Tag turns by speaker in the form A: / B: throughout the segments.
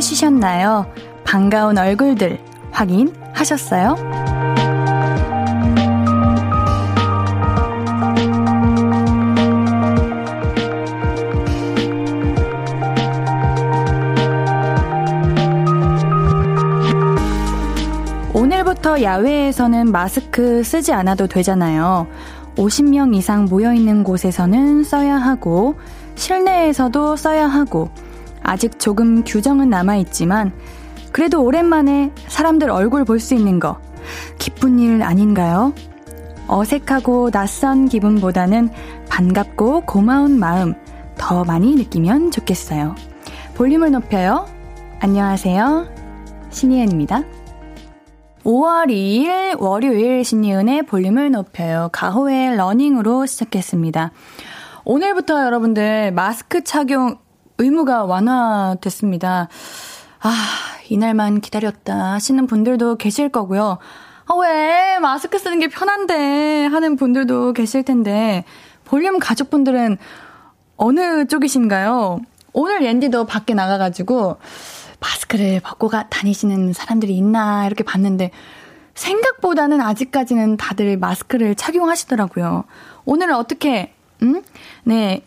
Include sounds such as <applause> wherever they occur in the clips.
A: 쉬셨나요? 반가운 얼굴들 확인하셨어요? 오늘부터 야외에서는 마스크 쓰지 않아도 되잖아요. 50명 이상 모여있는 곳에서는 써야 하고, 실내에서도 써야 하고, 아직 조금 규정은 남아있지만, 그래도 오랜만에 사람들 얼굴 볼 수 있는 거, 기쁜 일 아닌가요? 어색하고 낯선 기분보다는 반갑고 고마운 마음 더 많이 느끼면 좋겠어요. 볼륨을 높여요. 안녕하세요. 신이은입니다. 5월 2일 월요일 신이은의 볼륨을 높여요. 가호의 러닝으로 시작했습니다. 오늘부터 여러분들 마스크 착용 의무가 완화됐습니다. 아, 이날만 기다렸다 하시는 분들도 계실 거고요. 아, 왜 마스크 쓰는 게 편한데 하는 분들도 계실 텐데 볼륨 가족분들은 어느 쪽이신가요? 오늘 랜디도 밖에 나가가지고 마스크를 벗고 가, 다니시는 사람들이 있나 이렇게 봤는데 생각보다는 아직까지는 다들 마스크를 착용하시더라고요. 오늘은 어떻게 음? 네.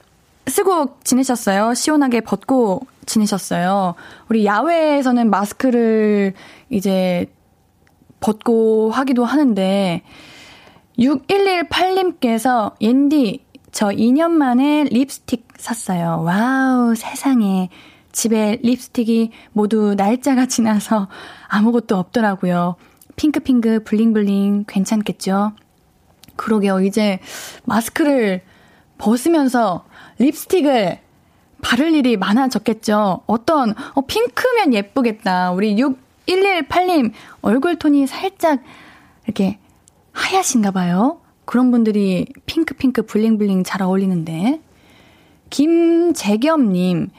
A: 쓰고 지내셨어요? 시원하게 벗고 지내셨어요? 우리 야외에서는 마스크를 이제 벗고 하기도 하는데 6118님께서 옌디 저 2년 만에 립스틱 샀어요. 와우, 세상에. 집에 립스틱이 모두 날짜가 지나서 아무것도 없더라고요. 핑크핑크 블링블링 괜찮겠죠? 그러게요. 이제 마스크를 벗으면서 립스틱을 바를 일이 많아졌겠죠. 어떤 어, 핑크면 예쁘겠다. 우리 6118님 얼굴 톤이 살짝 이렇게 하얗신가 봐요. 그런 분들이 핑크핑크 블링블링 잘 어울리는데. 김재겸님,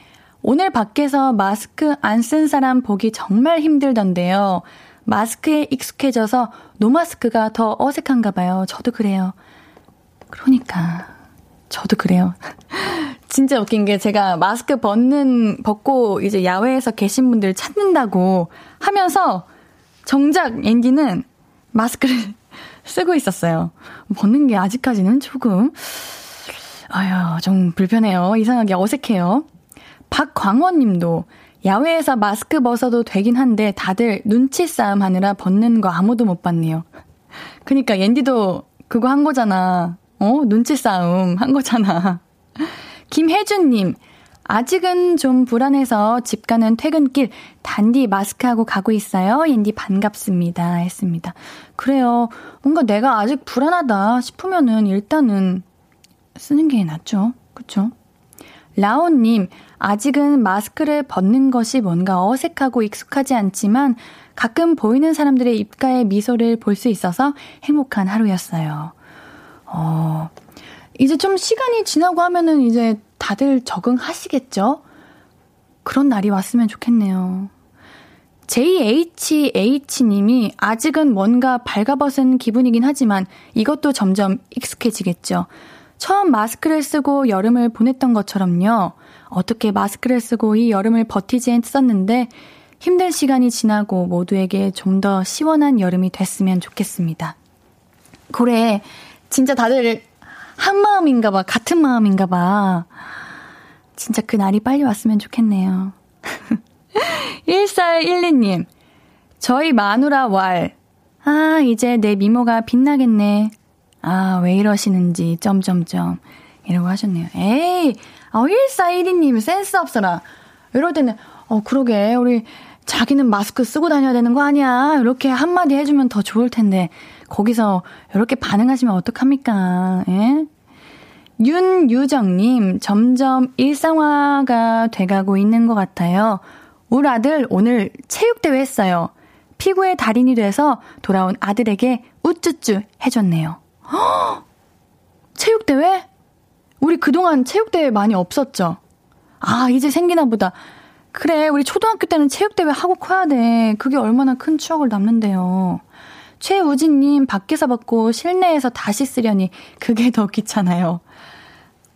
A: 오늘 밖에서 마스크 안 쓴 사람 보기 정말 힘들던데요. 마스크에 익숙해져서 노마스크가 더 어색한가 봐요. 저도 그래요. 그러니까. 저도 그래요. <laughs> 진짜 웃긴 게 제가 마스크 벗는, 벗고 이제 야외에서 계신 분들 찾는다고 하면서 정작 엔디는 마스크를 <laughs> 쓰고 있었어요. 벗는 게 아직까지는 조금, 아유, 좀 불편해요. 이상하게 어색해요. 박광원 님도 야외에서 마스크 벗어도 되긴 한데 다들 눈치 싸움 하느라 벗는 거 아무도 못 봤네요. 그니까 옌디도 그거 한 거잖아. 어? 눈치 싸움 한 거잖아. 김혜준 님 아직은 좀 불안해서 집 가는 퇴근길 단디 마스크하고 가고 있어요. 옌디 반갑습니다. 했습니다. 그래요. 뭔가 내가 아직 불안하다 싶으면은 일단은 쓰는 게 낫죠. 그쵸? 라온님, 아직은 마스크를 벗는 것이 뭔가 어색하고 익숙하지 않지만 가끔 보이는 사람들의 입가에 미소를 볼 수 있어서 행복한 하루였어요. 어, 이제 좀 시간이 지나고 하면은 이제 다들 적응하시겠죠? 그런 날이 왔으면 좋겠네요. JHH님이 아직은 뭔가 발가벗은 기분이긴 하지만 이것도 점점 익숙해지겠죠. 처음 마스크를 쓰고 여름을 보냈던 것처럼요. 어떻게 마스크를 쓰고 이 여름을 버티지 했었는데 힘든 시간이 지나고 모두에게 좀 더 시원한 여름이 됐으면 좋겠습니다. 그래, 진짜 다들 한 마음인가 봐, 같은 마음인가 봐. 진짜 그 날이 빨리 왔으면 좋겠네요. 1412님, 저희 마누라 왈. 아, 이제 내 미모가 빛나겠네. 아, 왜 이러시는지, 점점점. 이러고 하셨네요. 에이, 어, 1412님, 센스 없어라. 이럴 때는, 어, 그러게, 우리, 자기는 마스크 쓰고 다녀야 되는 거 아니야. 이렇게 한마디 해주면 더 좋을 텐데, 거기서 이렇게 반응하시면 어떡합니까, 예? 윤유정님, 점점 일상화가 돼가고 있는 것 같아요. 우리 아들 오늘 체육대회 했어요. 피구의 달인이 돼서 돌아온 아들에게 우쭈쭈 해줬네요. 허! 체육대회? 우리 그동안 체육대회 많이 없었죠? 아, 이제 생기나 보다. 그래, 우리 초등학교 때는 체육대회 하고 커야 돼. 그게 얼마나 큰 추억을 남는데요. 최우진님, 밖에서 받고 실내에서 다시 쓰려니 그게 더 귀찮아요.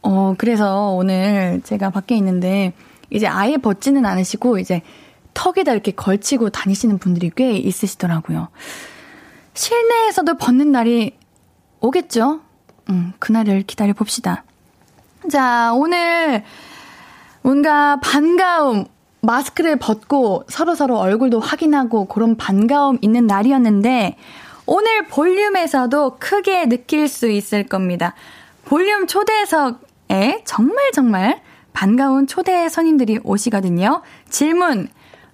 A: 어, 그래서 오늘 제가 밖에 있는데, 이제 아예 벗지는 않으시고, 이제 턱에다 이렇게 걸치고 다니시는 분들이 꽤 있으시더라고요. 실내에서도 벗는 날이 오겠죠? 음, 그날을 기다려 봅시다. 자, 오늘 뭔가 반가움, 마스크를 벗고 서로서로 얼굴도 확인하고 그런 반가움 있는 날이었는데 오늘 볼륨에서도 크게 느낄 수 있을 겁니다. 볼륨 초대석에 정말 정말 반가운 초대 손님들이 오시거든요. 질문,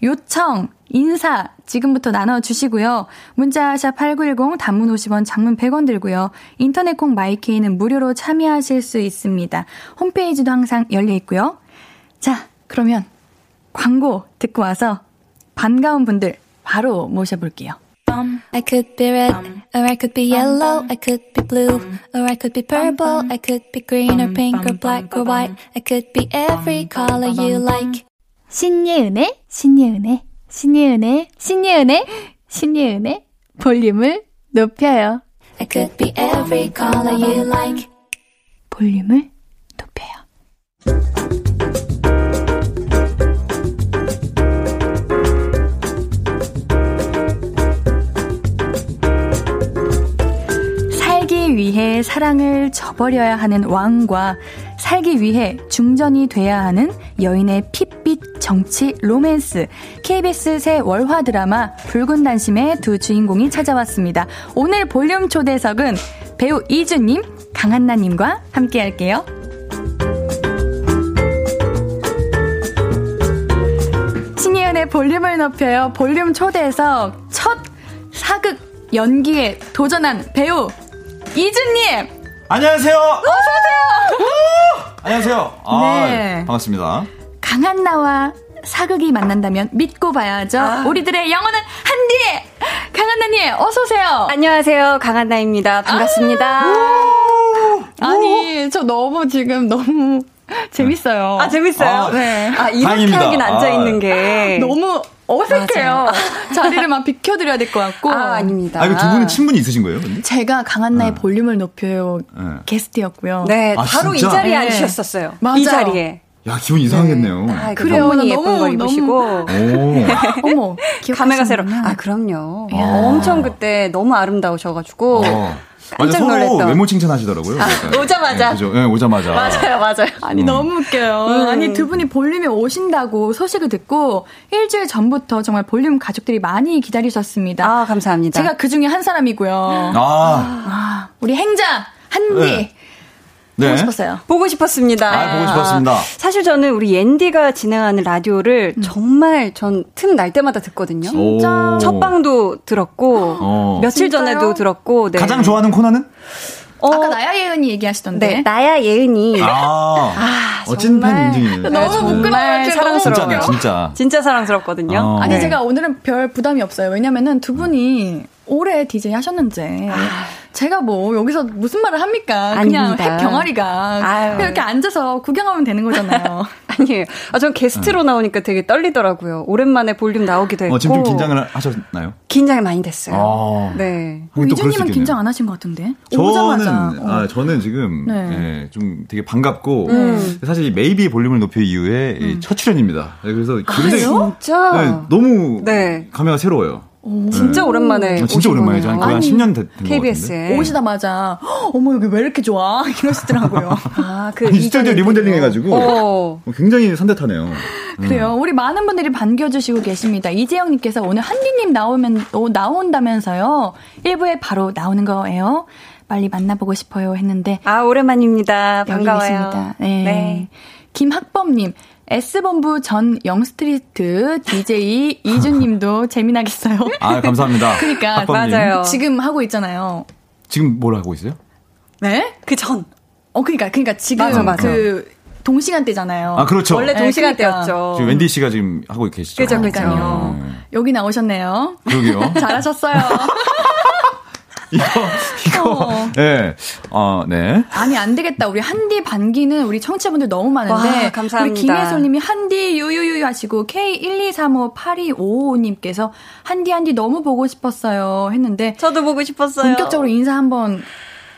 A: 요청, 인사 지금부터 나눠주시고요. 문자샵 8910 단문 50원 장문 100원 들고요. 인터넷 콩 마이케이는 무료로 참여하실 수 있습니다. 홈페이지도 항상 열려 있고요. 자, 그러면 광고 듣고 와서 반가운 분들 바로 모셔볼게요.
B: I could be red, or I could be yellow, I could be blue, or I could be purple, I could be green or pink or black or white, I could be every color you like.
C: 신예은의 신예은의 신예은의 신예은의 신예은의 볼륨을 높여요.
B: I could be every color you like.
A: 볼륨을 높여요. 살기 위해 사랑을 저버려야 하는 왕과 살기 위해 중전이 돼야 하는 여인의 핏빛 정치 로맨스 KBS 새 월화 드라마 붉은 단심의 두 주인공이 찾아왔습니다. 오늘 볼륨 초대석은 배우 이주님, 강한나님과 함께할게요. 신예은의 볼륨을 높여요. 볼륨 초대석 첫 사극 연기에 도전한 배우 이주님
D: 안녕하세요. 아! 안녕하세요. 아,
A: 네.
D: 반갑습니다.
A: 강한 나와 사극이 만난다면 믿고 봐야죠.
E: 아.
A: 우리들의 영원한 한디 강한나님 어서 오세요.
E: 안녕하세요. 강한나입니다. 반갑습니다. 아,
A: 아니 저 너무 지금 너무 <laughs> 재밌어요.
E: 재밌어요.
D: 아,
A: 네.
E: 아, 이렇게
D: 다행입니다.
E: 하긴 앉아있는
D: 아.
E: 게.
A: 너무 어색해요. <laughs> 자리를 막 비켜드려야 될 것 같고.
E: 아, 아닙니다.
D: 아, 이거 두 분은 친분이 있으신 거예요? 근데?
A: 제가 강한나의 볼륨을 높여요
D: 네.
A: 게스트였고요.
E: 네,
D: 아,
E: 바로
D: 진짜?
E: 이 자리에
A: 네.
E: 앉으셨었어요.
A: 맞아요.
E: 이 자리에.
D: 야, 기분 이상하겠네요.
E: 아, 그
A: 그래요.
E: 너무니 예쁜
A: 너무,
E: 걸 입으시고.
D: 오.
A: 아, 어머
E: <laughs> 감회가 새로.
A: 기억하시는구나.
E: 아, 그럼요.
A: 이야.
E: 엄청 그때 너무 아름다우셔가지고.
D: 어. 맞아,
E: 깜짝
D: 서로
E: 놀랐던.
D: 외모 칭찬하시더라고요. 그러니까.
E: 오자마자.
D: 네, 그죠? 네, 오자마자.
E: 맞아요, 맞아요. 음.
A: 아니 너무 웃겨요. 아니 두 분이 볼륨에 오신다고 소식을 듣고 일주일 전부터 정말 볼륨 가족들이 많이 기다리셨습니다.
E: 아, 감사합니다.
A: 제가 그 중에 한 사람이고요.
D: 아,
A: 우리 행자 한디
D: 네. 네.
A: 보고 싶었어요.
E: 보고 싶었습니다.
D: 아, 보고 싶었습니다. 음.
E: 사실 저는 우리 옌디가 진행하는 라디오를 정말 전 틈 날 때마다 듣거든요.
D: 오.
E: 첫 방도 들었고
D: 어.
E: 며칠 전에도 들었고 네.
D: 가장 좋아하는 코너는?
E: 어,
A: 아까 나야 예은이 얘기하시던데.
E: 네 나야 예은이
D: 아, 어, 찐팬 인증이네.
A: 너무 부끄러워요. 진짜
E: 정말
A: 너무
E: 사랑스러워요.
D: 진짜네, 진짜.
E: 진짜 사랑스럽거든요.
D: 어.
A: 아니
E: 네.
A: 제가 오늘은 별 부담이 없어요. 왜냐면은 두 분이 오래 DJ 하셨는지 제가 뭐 여기서 무슨 말을 합니까? 그냥
E: 아. 아닙니다.
A: 핵 병아리가
E: 아유.
A: 그냥 이렇게 앉아서 구경하면 되는 거잖아요.
E: 아니에요. 아, 전 게스트로 나오니까 되게 떨리더라고요. 오랜만에 볼륨 네. 나오기도 했고
D: 네. 어, 지금 좀 긴장을 하셨나요?
E: 긴장이 많이 됐어요.
D: 아.
E: 네.
D: 하긴 또 그럴 수
A: 이준님은
D: 있겠네요.
A: 긴장 안 하신 것 같은데
D: 저는
A: 오자마자 어.
D: 아 저는 지금
A: 네. 음.
D: 예, 좀 되게 반갑고 사실 이 메이비 볼륨을 높여 이후에 이첫 출연입니다. 네, 그래서
A: 아,
D: 굉장히
E: 진짜
D: 네, 너무
E: 네.
D: 감회가 새로워요.
A: 어,
E: 진짜 오랜만에
D: 아, 진짜
E: 오신
D: 오랜만이죠. 한
E: 거네요.
D: 거의 한 10년 됐- 된것 같은데. 어,
E: KBS에
A: 오시자마자 "헉, 어머 여기 왜 이렇게 좋아 <laughs>
D: <laughs>
A: 이러시더라고요.
E: 아그
D: 아니, 스튜디오 리모델링 해가지고
E: 어.
D: 어, 굉장히 산뜻하네요. 음.
A: 그래요. 우리 많은 분들이 반겨주시고 계십니다. 이재영님께서 오늘 한디님 나오면 어, 나온다면서요. 1부에 바로 나오는 거예요. 빨리 만나보고 싶어요 했는데
E: 아 오랜만입니다.
A: 여기
E: 반가워요.
A: 계십니다. 네. 김학범님. S본부 전 영스트리트 DJ 이준님도 재미나겠어요. <laughs>
D: 아 감사합니다.
A: 그러니까,
D: 박범님.
E: 맞아요.
A: <laughs> 지금 하고 있잖아요.
D: 지금 뭘 하고 있어요?
A: 네?
E: 그전
A: 어, 그니까, 그니까 지금
E: 맞아, 맞아.
A: 그 동시간대잖아요.
D: 아 그렇죠.
A: 네,
D: 그러니까.
E: 원래 동시간대였죠.
D: 지금 웬디 씨가 지금 하고 계시죠.
E: 그죠, 그죠.
A: 그러니까요.
D: 네.
E: 음.
A: 여기 나오셨네요. <laughs>
D: 그러게요.
A: 잘하셨어요.
D: 이거
A: 어.
D: 이거 예. 어, 네.
A: 아니 안 되겠다. 우리 한디 반기는 우리 청취자분들 너무 많은데
E: 와, 감사합니다.
A: 우리 김혜솔님이 한디 유유유 하시고 K 1 2 3 5 8 2 5 5님께서 한디 한디 너무 보고 싶었어요 했는데
E: 저도 보고 싶었어요.
A: 본격적으로 인사 한번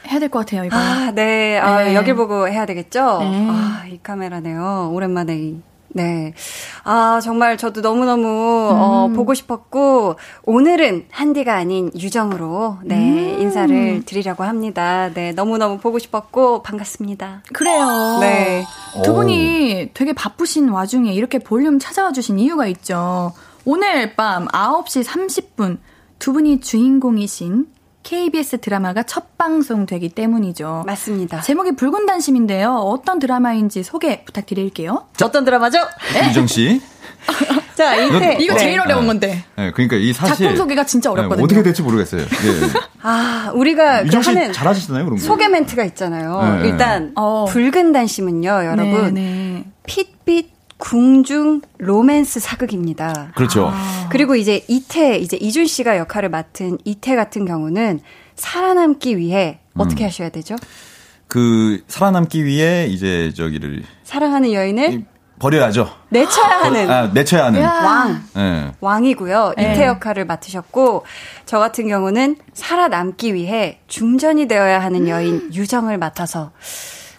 A: 해야 될 것 같아요 이거.
E: 아, 네. 아,
A: 네.
E: 여길 보고 해야 되겠죠?
A: 네.
E: 아, 이 카메라네요. 오랜만에 이 네. 아, 정말 저도 너무너무, 어,
A: 음.
E: 보고 싶었고, 오늘은 한디가 아닌 유정으로, 네,
A: 음.
E: 인사를 드리려고 합니다. 네, 너무너무 보고 싶었고, 반갑습니다.
A: 그래요.
E: 네.
A: 두
D: 오.
A: 분이 되게 바쁘신 와중에 이렇게 볼륨 찾아와 주신 이유가 있죠. 오늘 밤 9시 30분 두 분이 주인공이신 KBS 드라마가 첫 방송되기 때문이죠.
E: 맞습니다.
A: 제목이 붉은 단심인데요. 어떤 드라마인지 소개 부탁드릴게요.
E: 어떤 드라마죠?
D: 유정 씨.
E: 자, 이때.
A: 네? 이거
D: 네.
A: 제일 어려운
D: 네.
A: 건데.
D: 네, 그러니까 이 사실
A: 작품 소개가 진짜 어렵거든요.
D: 네, 어떻게 될지 모르겠어요. 예.
E: 아, 우리가 그
D: 유정 씨
E: 하는
D: 잘하시잖아요, 그런 거.
E: 소개 멘트가 있잖아요.
D: 네,
E: 일단,
A: 어.
E: 붉은 단심은요, 여러분.
A: 네,
E: 핏빛 궁중 로맨스 사극입니다.
D: 그렇죠.
E: 그리고 이제 이태 이제 이준 씨가 역할을 맡은 이태 같은 경우는 살아남기 위해
D: 음.
E: 어떻게 하셔야 되죠?
D: 그 살아남기 위해 이제 저기를
E: 사랑하는 여인을
D: 버려야죠.
E: 내쳐야 하는
D: 아, 내쳐야 하는.
E: 왕
D: 예.
E: 왕이고요. 이태 역할을 맡으셨고 저 같은 경우는 살아남기 위해 중전이 되어야 하는 여인 유정을 맡아서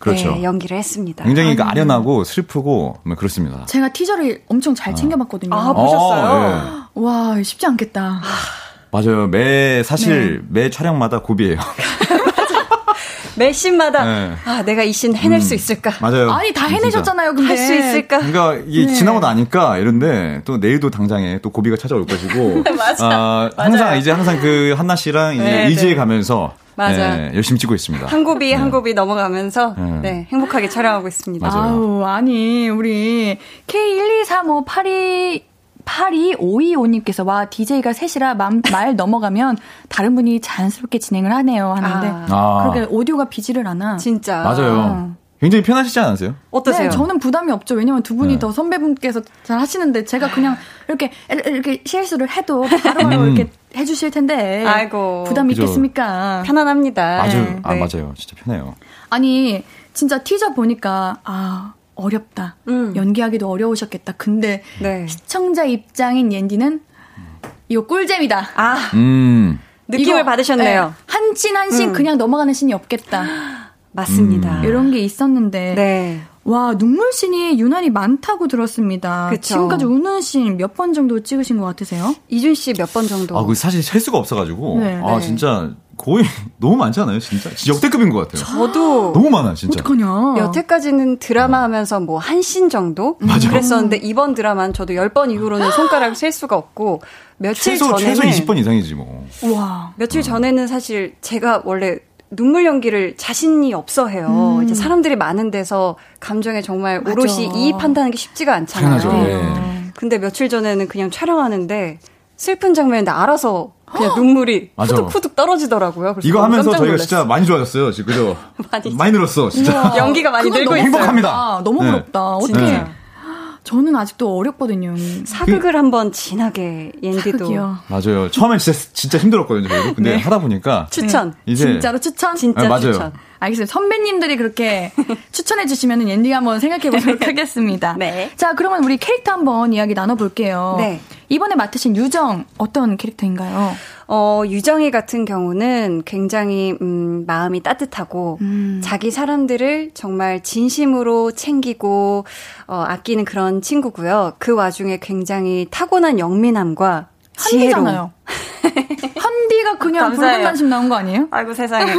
D: 그렇죠.
E: 네, 연기를 했습니다.
D: 굉장히 그 아련하고 슬프고 뭐 그렇습니다.
A: 제가 티저를 엄청 잘 챙겨봤거든요.
E: 아, 보셨어요?
D: 예.
A: 와, 쉽지 않겠다.
D: 아. 맞아요. 매 사실 매 촬영마다 고비예요.
E: 매 신마다
D: 네.
E: 아 내가 이 신 해낼 수 있을까?
D: 맞아요.
A: 아니, 다
D: 진짜.
A: 해내셨잖아요, 근데.
E: 할 수 있을까?
D: 그러니까 이게 지나고 나니까 이런데 또 내일도 당장에 또 고비가 찾아올 것이고
E: 맞아.
D: 아, 항상 이제 항상 그 한나 씨랑 이제
E: 네,
D: 의지해
E: 네.
D: 가면서
E: 맞아요.
D: 예, 열심히 찍고 있습니다.
E: 한 고비 한 고비 넘어가면서
D: 네.
E: 네, 행복하게 촬영하고 있습니다.
D: 맞아요.
A: 아우, 아니, 우리 K1235828 8252님께서 와 DJ가 셋이라 맘- 말 <laughs> 넘어가면 다른 분이 자연스럽게 진행을 하네요 하는데
E: 아.
D: 아.
A: 그렇게 오디오가 비지를 않아.
E: 진짜
D: 맞아요. 굉장히 편하시지 않으세요?
E: 어떠세요?
A: 네, 저는 부담이 없죠. 왜냐면 두 분이
D: 네.
A: 더 선배분께서 잘 하시는데 제가 그냥 이렇게 이렇게 실수를 해도 바로바로 이렇게 해주실 텐데
E: 아이고.
A: 부담
D: 음. 그죠.
A: 있겠습니까?
E: 편안합니다.
D: 맞아요.
E: 네.
D: 아 맞아요. 진짜 편해요.
A: 아니 진짜 티저 보니까 아 어렵다.
E: 음.
A: 연기하기도 어려우셨겠다. 근데
E: 네.
A: 시청자 입장인 옌디는 이거 꿀잼이다.
E: 아,
D: 음.
E: 느낌을
A: 이거,
E: 받으셨네요. 음.
A: 네, 한씬 한 씬 그냥 넘어가는 씬이 없겠다.
E: 맞습니다.
D: 음.
A: 이런 게 있었는데
E: 네.
A: 와 눈물 씬이 유난히 많다고 들었습니다.
E: 그쵸.
A: 지금까지 우는 씬 몇 번 정도 찍으신 것 같으세요?
E: 이준 씨 몇 번 정도?
D: 아, 그 사실 셀 수가 없어가지고.
A: 네.
D: 아,
E: 네.
D: 진짜 거의 <laughs> 너무 많지 않아요? 진짜? 진짜 역대급인 것 같아요.
E: 저도
D: 너무 많아, 진짜.
A: 어떡하냐?
E: 여태까지는 드라마 하면서 뭐 한 씬 정도
D: 맞아요.
E: 그랬었는데 이번 드라마는 저도 10번 이후로는 손가락 셀 수가 없고 며칠
D: 최소,
E: 전에는 네.
D: 최소 20번 이상이지, 뭐.
A: 와
E: 며칠 전에는 사실 제가 원래 눈물 연기를 자신이 없어 해요. 이제 사람들이 많은 데서 감정에 정말
A: 맞아.
E: 오롯이 이입한다는 게 쉽지가 않잖아요.
D: 당연하죠. 예.
E: 근데 며칠 전에는 그냥 촬영하는데 슬픈 장면인데 알아서 그냥 눈물이
D: <gasps> 맞아.
E: 후둑후둑 떨어지더라고요. 그래서
D: 이거
E: 너무
D: 하면서
E: 깜짝
D: 저희가
E: 놀랐어요.
D: 진짜 많이 좋아졌어요, 지금. 그죠?
E: <laughs> 많이
D: 늘었어, 진짜.
E: 연기가 많이
A: 그건
E: 늘고
A: 너무
E: 있어요.
D: 행복합니다.
A: 부럽다. 너무
D: 네.
A: 부럽다. 어떻게?
E: 진짜.
A: 저는 아직도 어렵거든요.
D: 그
E: 사극을 한번 진하게 옌디도
A: 사극이요.
D: 맞아요. 처음엔 진짜, 진짜 힘들었거든요, 저희도.
E: 네.
D: 근데 하다 보니까.
E: 추천.
A: 네.
D: 이제.
A: 진짜로 추천?
E: 진짜
D: 네, 맞아요.
E: 추천.
A: 알겠습니다. 선배님들이
E: <laughs>
A: 그렇게 추천해 주시면은 엔딩 한번 생각해 보도록 하겠습니다.
E: 네.
A: 자, 그러면 우리 캐릭터 한번 이야기 나눠 볼게요.
E: 네.
A: 이번에 맡으신 유정 어떤 캐릭터인가요?
E: 어, 유정이 같은 경우는 굉장히 음, 마음이 따뜻하고 자기 사람들을 정말 진심으로 챙기고 어, 아끼는 그런 친구고요. 그 와중에 굉장히 타고난 영민함과 지혜로.
A: 한디잖아요.
E: <laughs>
A: 한디가 그냥
E: 감사해요.
A: 붉은 단심 나온 거 아니에요?
E: 아이고 세상에.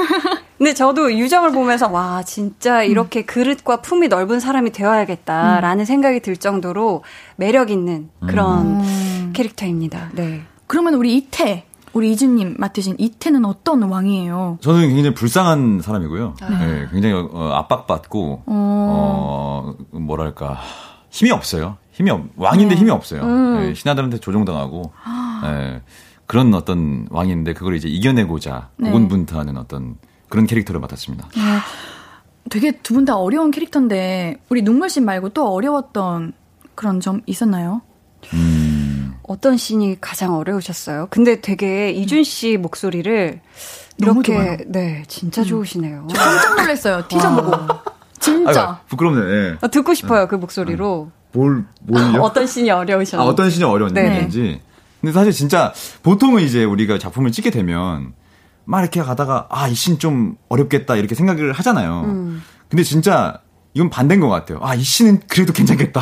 E: 근데 저도 유정을 보면서 와 진짜 이렇게 그릇과 품이 넓은 사람이 되어야겠다라는 생각이 들 정도로 매력 있는 그런 캐릭터입니다. 네.
A: 그러면 우리 이태, 우리 이준님 맡으신 이태는 어떤 왕이에요?
D: 저는 굉장히 불쌍한 사람이고요.
A: 아.
D: 예, 굉장히 어, 압박받고, 어, 뭐랄까, 힘이 없어요. 힘이 없, 왕인데
A: 네.
D: 힘이 없어요.
A: 음.
D: 예, 신하들한테 조종당하고, 예, 그런 어떤 왕인데 그걸 이제 이겨내고자
A: 네.
D: 고군분투하는 어떤 그런 캐릭터를 맡았습니다.
A: 되게 두 분 다 어려운 캐릭터인데 우리 눈물씬 말고 또 어려웠던 그런 점 있었나요?
E: 어떤 씬이 가장 어려우셨어요? 근데 되게 이준 씨 목소리를
A: 너무
E: 이렇게
A: 좋아요.
E: 네 진짜 좋으시네요.
A: 깜짝
E: <laughs>
A: 놀랐어요. 티저 보고. 진짜.
D: 아이고, 부끄럽네. 예.
E: 어, 듣고 싶어요 그 목소리로
D: 뭘, 뭘요?
E: <laughs> 어떤 씬이 네.
D: 아,
E: 어려우셨나요?
D: 어떤 신이 어려웠는지. 근데 사실 진짜 보통은 이제 우리가 작품을 찍게 되면 막 이렇게 가다가 아, 이 신 좀 어렵겠다 이렇게 생각을
E: 음.
D: 하잖아요. 근데 진짜 이건 반대인 것 같아요. 아, 이 신은 그래도 괜찮겠다.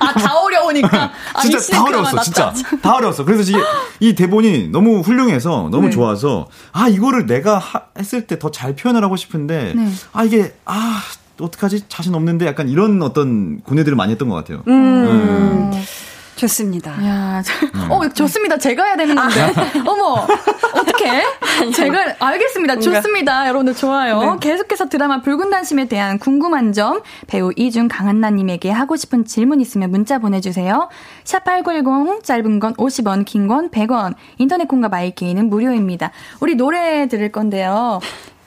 A: 아, 다
E: <laughs>
A: 어려우니까. 아,
D: <laughs> 진짜
A: 미친
D: 다
A: 그만
D: 어려웠어,
A: 놨다.
D: 진짜. 다 어려웠어. 그래서 이게 이 대본이 너무 훌륭해서
E: 네.
D: 너무 좋아서 아 이거를 내가 하- 했을 때 더 잘 표현을 하고 싶은데
E: 네.
D: 아 이게 아 어떡하지 자신 없는데 약간 이런 어떤 고뇌들을 많이 했던 것 같아요.
E: 음. 네. 좋습니다.
A: 야, 저- 어, 좋습니다. 제가 해야 되는 건데. 어머, 어떡해? 제가, 알겠습니다. 좋습니다. 여러분들 좋아요. 계속해서 드라마 붉은 단심에 대한 궁금한 점, 배우 이준 강한나님에게 하고 싶은 질문 있으면 문자 보내주세요. 샵8910, 짧은 건 50원, 긴 건 100원, 인터넷 콩과 마이케이는 무료입니다. 우리 노래 들을 건데요.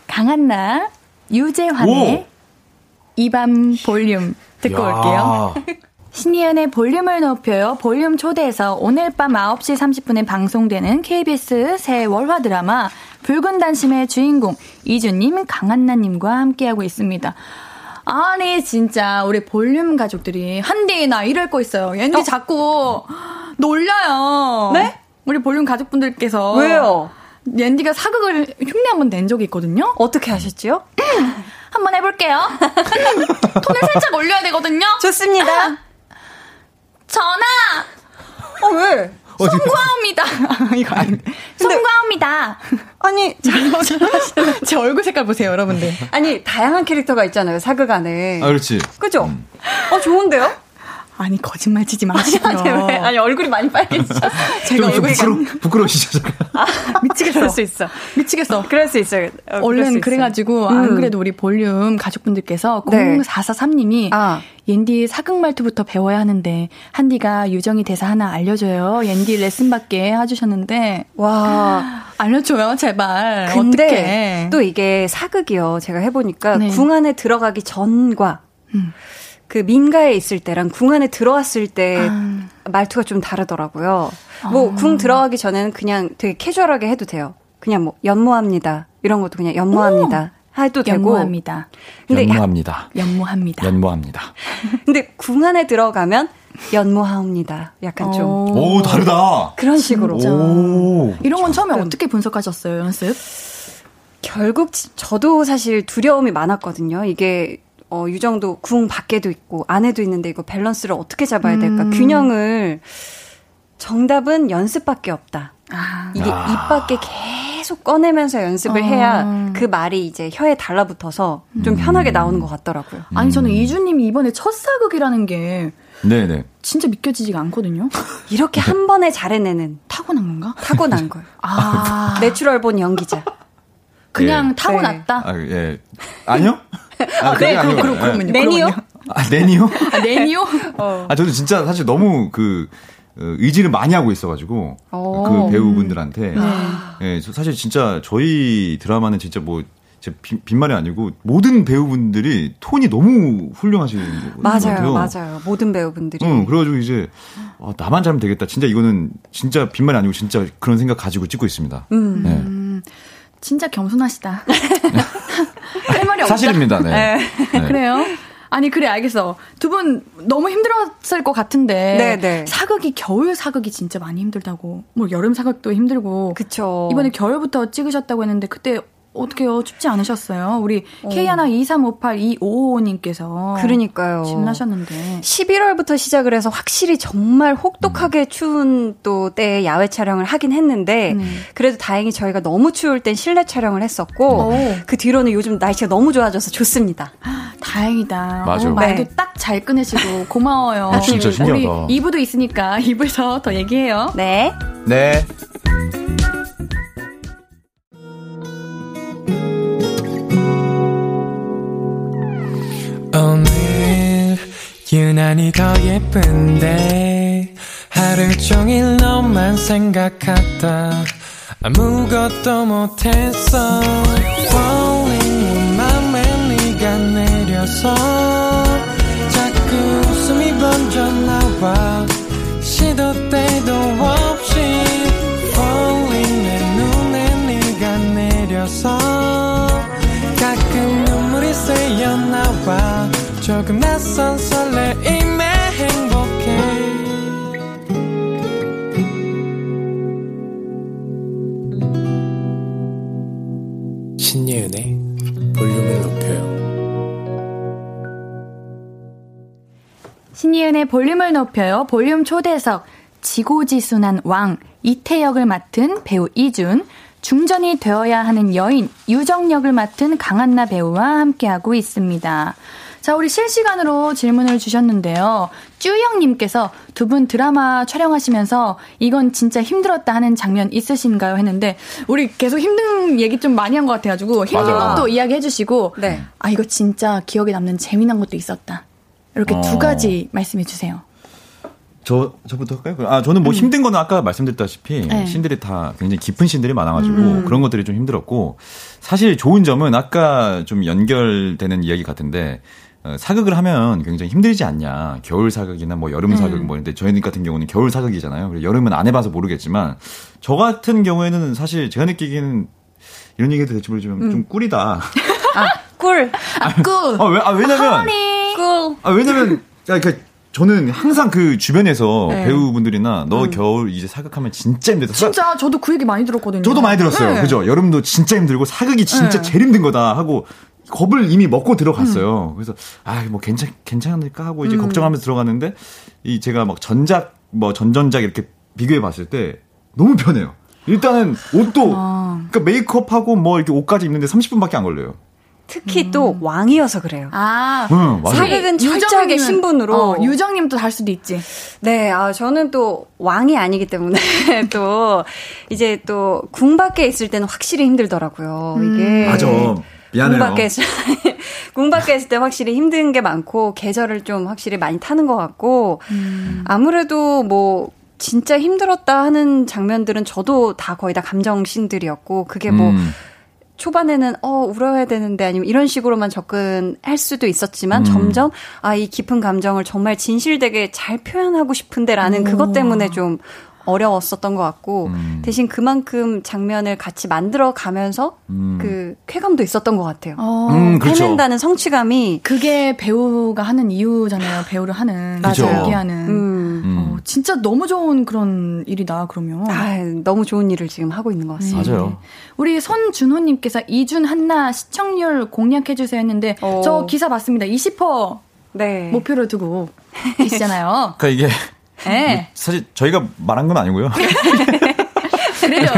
A: 강한나, 유재환의
D: 오!
A: 이밤 볼륨 듣고 올게요. 신이은의 볼륨을 높여요. 볼륨 초대에서 오늘 밤 9시 30분에 방송되는 KBS 새 월화 드라마 붉은 단심의 주인공 이주님, 강한나님과 함께하고 있습니다. 아니 진짜 우리 볼륨 가족들이 한디나 이럴 거 있어요. 얘네들이 자꾸 놀려요.
E: 네?
A: 우리 볼륨 가족분들께서
E: 왜요?
A: 옌디가 사극을 흉내 한 번 낸 적이 있거든요.
E: 어떻게 하셨지요?
A: <clears throat> 한번 해볼게요. <laughs> 톤을 살짝 올려야 되거든요.
E: 좋습니다.
A: 전화!
E: 어, 왜?
A: 송과옵니다. <laughs> 이거 아닌데.
E: <laughs>
A: <laughs> 송과옵니다.
E: 아니,
A: 제 얼굴 색깔 보세요, 여러분들.
E: 아니, 다양한 캐릭터가 있잖아요, 사극 안에.
D: 아 그렇지.
E: 그죠?
A: 음.
E: 어, 좋은데요?
A: 아니, 거짓말 치지 마시고요.
E: 얼굴이 많이 빨개지셨어.
A: <laughs> 제가
D: 좀
A: 얼굴이
D: 부끄러 부끄러우시죠.
A: <laughs> 미치겠어.
E: 그럴 수 있어.
A: 미치겠어.
E: 그럴 수 있어요. 어, 그럴 수
A: 얼른
E: 있어요. 음.
A: 그래가지고 아, 안 그래도 우리 볼륨 가족분들께서
E: 네.
A: 0443님이
E: 아.
A: 옌디 사극 말투부터 배워야 하는데 한디가 유정이 대사 하나 알려줘요. 옌디 레슨 받게 해주셨는데
E: 와.
A: 알려줘요 제발.
E: 아, 근데
A: 어떻게?
E: 또 이게 사극이요. 제가 해보니까
A: 네.
E: 궁 안에 들어가기 전과 그 민가에 있을 때랑 궁 안에 들어왔을 때
A: 아,
E: 말투가 좀 다르더라고요. 뭐 궁 들어가기 전에는 그냥 되게 캐주얼하게 해도 돼요. 그냥 뭐 연모합니다 이런 것도 그냥 연모합니다 해도 되고.
A: 연모합니다.
E: 근데 약-
D: 연모합니다.
A: 연모합니다.
D: 연모합니다.
E: 근데 궁 안에 들어가면 연모하옵니다. 약간 좀
A: 어.
D: 오 다르다.
E: 그런 식으로.
D: 오.
A: 이런 건 처음에 어떻게 분석하셨어요, 연습?
E: 결국 지- 저도 사실 두려움이 많았거든요. 이게 어, 유정도 궁 밖에도 있고 안에도 있는데 이거 밸런스를 어떻게 잡아야 될까?
A: 음.
E: 균형을 정답은 연습밖에 없다. 이게
D: 아.
E: 입 밖에 계속 꺼내면서 연습을
A: 어.
E: 해야 그 말이 이제 혀에 달라붙어서 좀
D: 음.
E: 편하게 나오는 것 같더라고요.
A: 아니, 저는 이주님이 이번에 첫 사극이라는 게
D: 네네.
A: 진짜 믿겨지지가 <laughs> 않거든요?
E: 이렇게 한 번에 잘해내는
A: 타고난 건가?
E: 타고난 걸.
A: 아,
E: 내추럴 본 연기자.
A: 그냥 네.
D: 예.
A: 타고났다?
D: 아 예. 아니요? 아, 그게
A: 네, 그럼,
D: 아니고.
A: 그럼, 그럼요.
E: 매니요?
A: 그럼요.
D: 아, 내니요?
A: 아, 어. 내니요? <laughs>
D: 아, 저도 진짜 사실 너무 그, 어, 의지를 많이 하고 있어가지고,
E: 오.
D: 그 배우분들한테. 예, 저 사실 진짜 저희 드라마는 진짜 뭐, 제 빈- 빈말이 아니고, 모든 배우분들이 톤이 너무 훌륭하신 것 같아요. 음.
E: 맞아요, 맞아요. 모든 배우분들이.
D: 응, 그래가지고 이제, 아, 나만 잘하면 되겠다. 진짜 이거는 진짜 빈말이 아니고 진짜 그런 생각 가지고 찍고 있습니다.
E: 음.
D: 예.
A: 진짜 <laughs> 겸손하시다. 할 말이 없다.
D: 사실입니다,
A: <laughs>
D: 네. 네.
A: 그래요? 아니, 그래, 알겠어. 두 분 너무 힘들었을 것 같은데.
E: 네, 네.
A: 사극이, 겨울 사극이 진짜 많이 힘들다고. 뭐, 여름 사극도 힘들고.
E: 그쵸.
A: 이번에 겨울부터 찍으셨다고 했는데 그때 어떻게요? 춥지 않으셨어요? 우리 k 하나 23582555님께서
E: 그러니까요.
A: 어, 질문하셨는데
E: 11월부터 시작을 해서 확실히 정말 혹독하게 추운 또 때에 야외 촬영을 하긴 했는데
A: 음. 네.
E: 그래도 다행히 저희가 너무 추울 땐 실내 촬영을 했었고
A: 오.
E: 그 뒤로는 요즘 날씨가 너무 좋아져서 좋습니다.
A: 다행이다.
D: 맞아.
A: 어, 말도
E: 네.
A: 딱 잘 끊으시고 고마워요.
D: 어, 진짜 신기하다.
A: 우리 2부도 있으니까 2부에서 더 얘기해요.
E: 네.
D: 네.
F: 오늘 유난히 더 예쁜데 하루 종일 너만 생각하다 아무것도 못했어 Falling 내 맘에 네가 내려서 자꾸 웃음이 번져 나와 시도 때도 없이 Falling 내 눈에 네가 내려서 가끔 눈물이 새어 나와 조금 낯선 설레임에 행복해 신예은의 볼륨을 높여요
A: 신이은의 볼륨을 높여요. 볼륨 초대석. 지고지순한 왕. 이태역을 맡은 배우 이준. 중전이 되어야 하는 여인. 유정역을 맡은 강한나 배우와 함께하고 있습니다. 자, 우리 실시간으로 질문을 주셨는데요. 쭈영님께서 두 분 드라마 촬영하시면서 이건 진짜 힘들었다 하는 장면 있으신가요? 했는데, 우리 계속 힘든 얘기 좀 많이 한 것 같아가지고, 힘든
D: 맞아.
A: 것도 이야기 해주시고,
E: 네.
A: 아, 이거 진짜 기억에 남는 재미난 것도 있었다. 이렇게 그 두
D: 어.
A: 가지 말씀해 주세요.
D: 저 저부터 할까요? 그럼- 아 저는 뭐 힘든 거는 아까 말씀드렸다시피 신들이 다 굉장히 깊은 신들이 많아가지고 그런 것들이 좀 힘들었고 사실 좋은 점은 아까 좀 연결되는 이야기 같은데 어, 사극을 하면 굉장히 힘들지 않냐 겨울 사극이나 뭐 여름 사극 뭐 이런데 저희 같은 경우는 겨울 사극이잖아요. 그래서 여름은 안 해봐서 모르겠지만 저 같은 경우에는 사실 제가 느끼기에는 이런 얘기도 될지 모르지만 좀 꿀이다.
E: 꿀.
A: 꾸!
D: 아, 왜, 아 왜냐면
E: 꿀.
D: 아, 왜냐면, 야, 그, 저는 항상 그 주변에서 배우분들이나 너 겨울 이제 사극하면 진짜 힘들다. 사-
A: 진짜 저도 그 얘기 많이 들었거든요.
D: 저도 많이 들었어요.
A: 네.
D: 그죠? 여름도 진짜 힘들고 사극이
A: 네.
D: 진짜 제일 힘든 거다 하고 겁을 이미 먹고 들어갔어요. 그래서 아, 뭐 괜찮 괜찮을까 하고 이제 걱정하면서 들어갔는데 이 제가 막 전작 뭐 전전작 이렇게 비교해 봤을 때 너무 편해요. 일단은 옷도 그러니까 메이크업하고 뭐 이렇게 옷까지 입는데 30분밖에 안 걸려요.
E: 특히 또 왕이어서 그래요.
A: 아.
D: 응, 맞아요.
E: 사극은 철저하게
A: 유정님은-
E: 신분으로.
A: 어, 유정님도 달 수도 있지.
E: 네, 아, 저는 또 왕이 아니기 때문에 <laughs> 또 이제 또 궁밖에 있을 때는 확실히 힘들더라고요. 이게
D: 음. 맞아. 미안해요.
E: 궁밖에 있을 <laughs> 궁밖에 있을 때 확실히 힘든 게 많고 계절을 좀 확실히 많이 타는 것 같고 아무래도 뭐. 진짜 힘들었다 하는 장면들은 저도 다 거의 다 감정신들이었고 그게 뭐
D: 음.
E: 초반에는 어 울어야 되는데 아니면 이런 식으로만 접근할 수도 있었지만
D: 음.
E: 점점 아 이 깊은 감정을 정말 진실되게 잘 표현하고 싶은데라는 그것 때문에 좀 어려웠었던 것 같고
D: 음.
E: 대신 그만큼 장면을 같이 만들어 가면서
D: 음.
E: 그 쾌감도 있었던 것 같아요.
A: 어,
D: 음, 그렇죠.
E: 해낸다는 성취감이
A: 그게 배우가 하는 이유잖아요. 배우를 하는.
D: 그죠.
A: 연기하는.
E: 음,
D: 음.
A: 어, 진짜 너무 좋은 그런 일이다, 그러면. 네.
E: 아 너무 좋은 일을 지금 하고 있는 것 같습니다.
D: 맞아요.
A: 우리 손준호님께서 이준 한나 시청률 공략해주세요 했는데,
E: 어.
A: 저 기사 봤습니다. 20%
E: 네.
A: 목표를 <laughs> 두고 계시잖아요.
D: 그러니까 이게
A: 네.
D: 사실 저희가 말한 건
E: <laughs>
D: 아니고요. <laughs>
A: 그래요.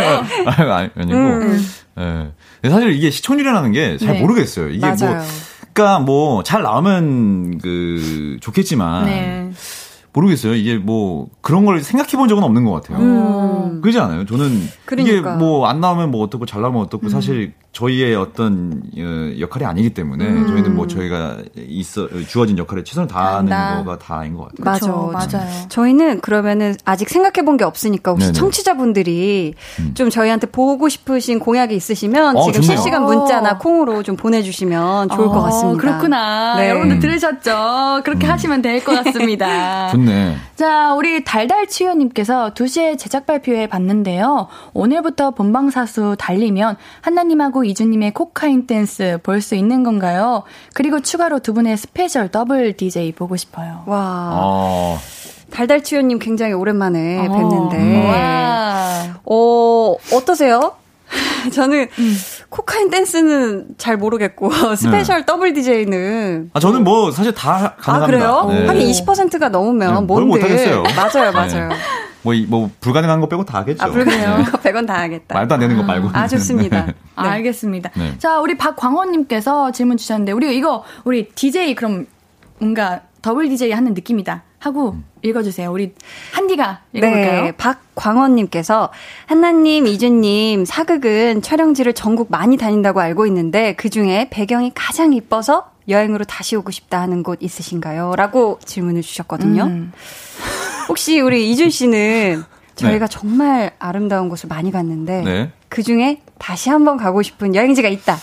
D: 아유, 아니, 아니고.
E: 음,
D: 예. 근데 사실 이게 시청률이라는 게 잘
A: 네.
D: 모르겠어요. 이게
E: 맞아요.
D: 뭐, 그니까 뭐 잘 나오면 그 좋겠지만
A: 네.
D: 모르겠어요. 이게 뭐 그런 걸 생각해 본 적은 없는 것 같아요.
A: 어.
E: 음.
D: 그렇지 않아요? 저는 이게
E: 그러니까. 음.
D: 뭐 안 나오면 뭐 어떻고 잘 나오면 어떻고 사실 저희의 어떤 어, 역할이 아니기 때문에 저희는
E: 음.
D: 뭐 저희가 있어 주어진 역할에 최선을 다하는
A: 다한다.
D: 거가 다인 것 같아요.
E: 맞아.
A: 그쵸, 맞아요.
E: 저희는 그러면은 아직 생각해 본 게 없으니까 혹시
D: 네네. 음.
E: 청취자분들이 좀 저희한테 보고 싶으신 공약이 있으시면
D: 어,
E: 지금
D: 좋네요.
E: 실시간 문자나 콩으로 좀 보내주시면 좋을 것
A: 어,
E: 같습니다.
A: 그렇구나.
E: 네.
A: 여러분들 들으셨죠? 그렇게 하시면 될 것
D: <laughs>
A: 같습니다.
D: 좋네.
A: 자, 우리 달달치유님께서 2시에 제작 발표회 봤는데요. 오늘부터 본방사수 달리면 한나님하고 이주님의 코카인 댄스 볼 수 있는 건가요? 그리고 추가로 두 분의 스페셜 더블 DJ 보고 싶어요.
E: 와
D: 어,
E: 달달치유님 굉장히 오랜만에
A: 어.
D: 음.
E: 뵙는데
A: 와.
E: 어 어떠세요? <laughs> 저는 코카인 댄스는 잘 모르겠고 <laughs>
D: 네.
E: 스페셜 더블 DJ는
D: 아, 저는 뭐 사실 다
E: 아
D: 가능합니다.
E: 그래요?
D: 네.
E: 하긴 20%가 넘으면
D: 네, 뭘
E: 뭔데?
D: 못하겠어요.
E: 맞아요, 맞아요.
D: 네. 뭐, 이- 뭐 불가능한 거 빼고 다 하겠죠.
E: 아 불가능한
D: 네.
E: <laughs> 거 100원 다 하겠다.
D: 말도 안 되는 거 말고.
E: 아 좋습니다. 네.
A: 알겠습니다.
D: 네.
A: 자, 우리 박광원님께서 질문 주셨는데, 우리 이거, 우리 DJ 그럼 뭔가 더블 DJ 하는 느낌이다. 하고
D: 음.
A: 읽어주세요. 우리 한디가 읽어볼까요?
E: 네, 박광원님께서 한나님, 이준님 사극은 촬영지를 전국 많이 다닌다고 알고 있는데 그 중에 배경이 가장 이뻐서 여행으로 다시 오고 싶다 하는 곳 있으신가요? 라고 질문을 주셨거든요.
A: 음.
E: 혹시 우리 이준 씨는 저희가 정말 아름다운 곳을 많이 갔는데
D: <laughs> 네.
E: 그 중에 다시 한번 가고 싶은 여행지가 있다.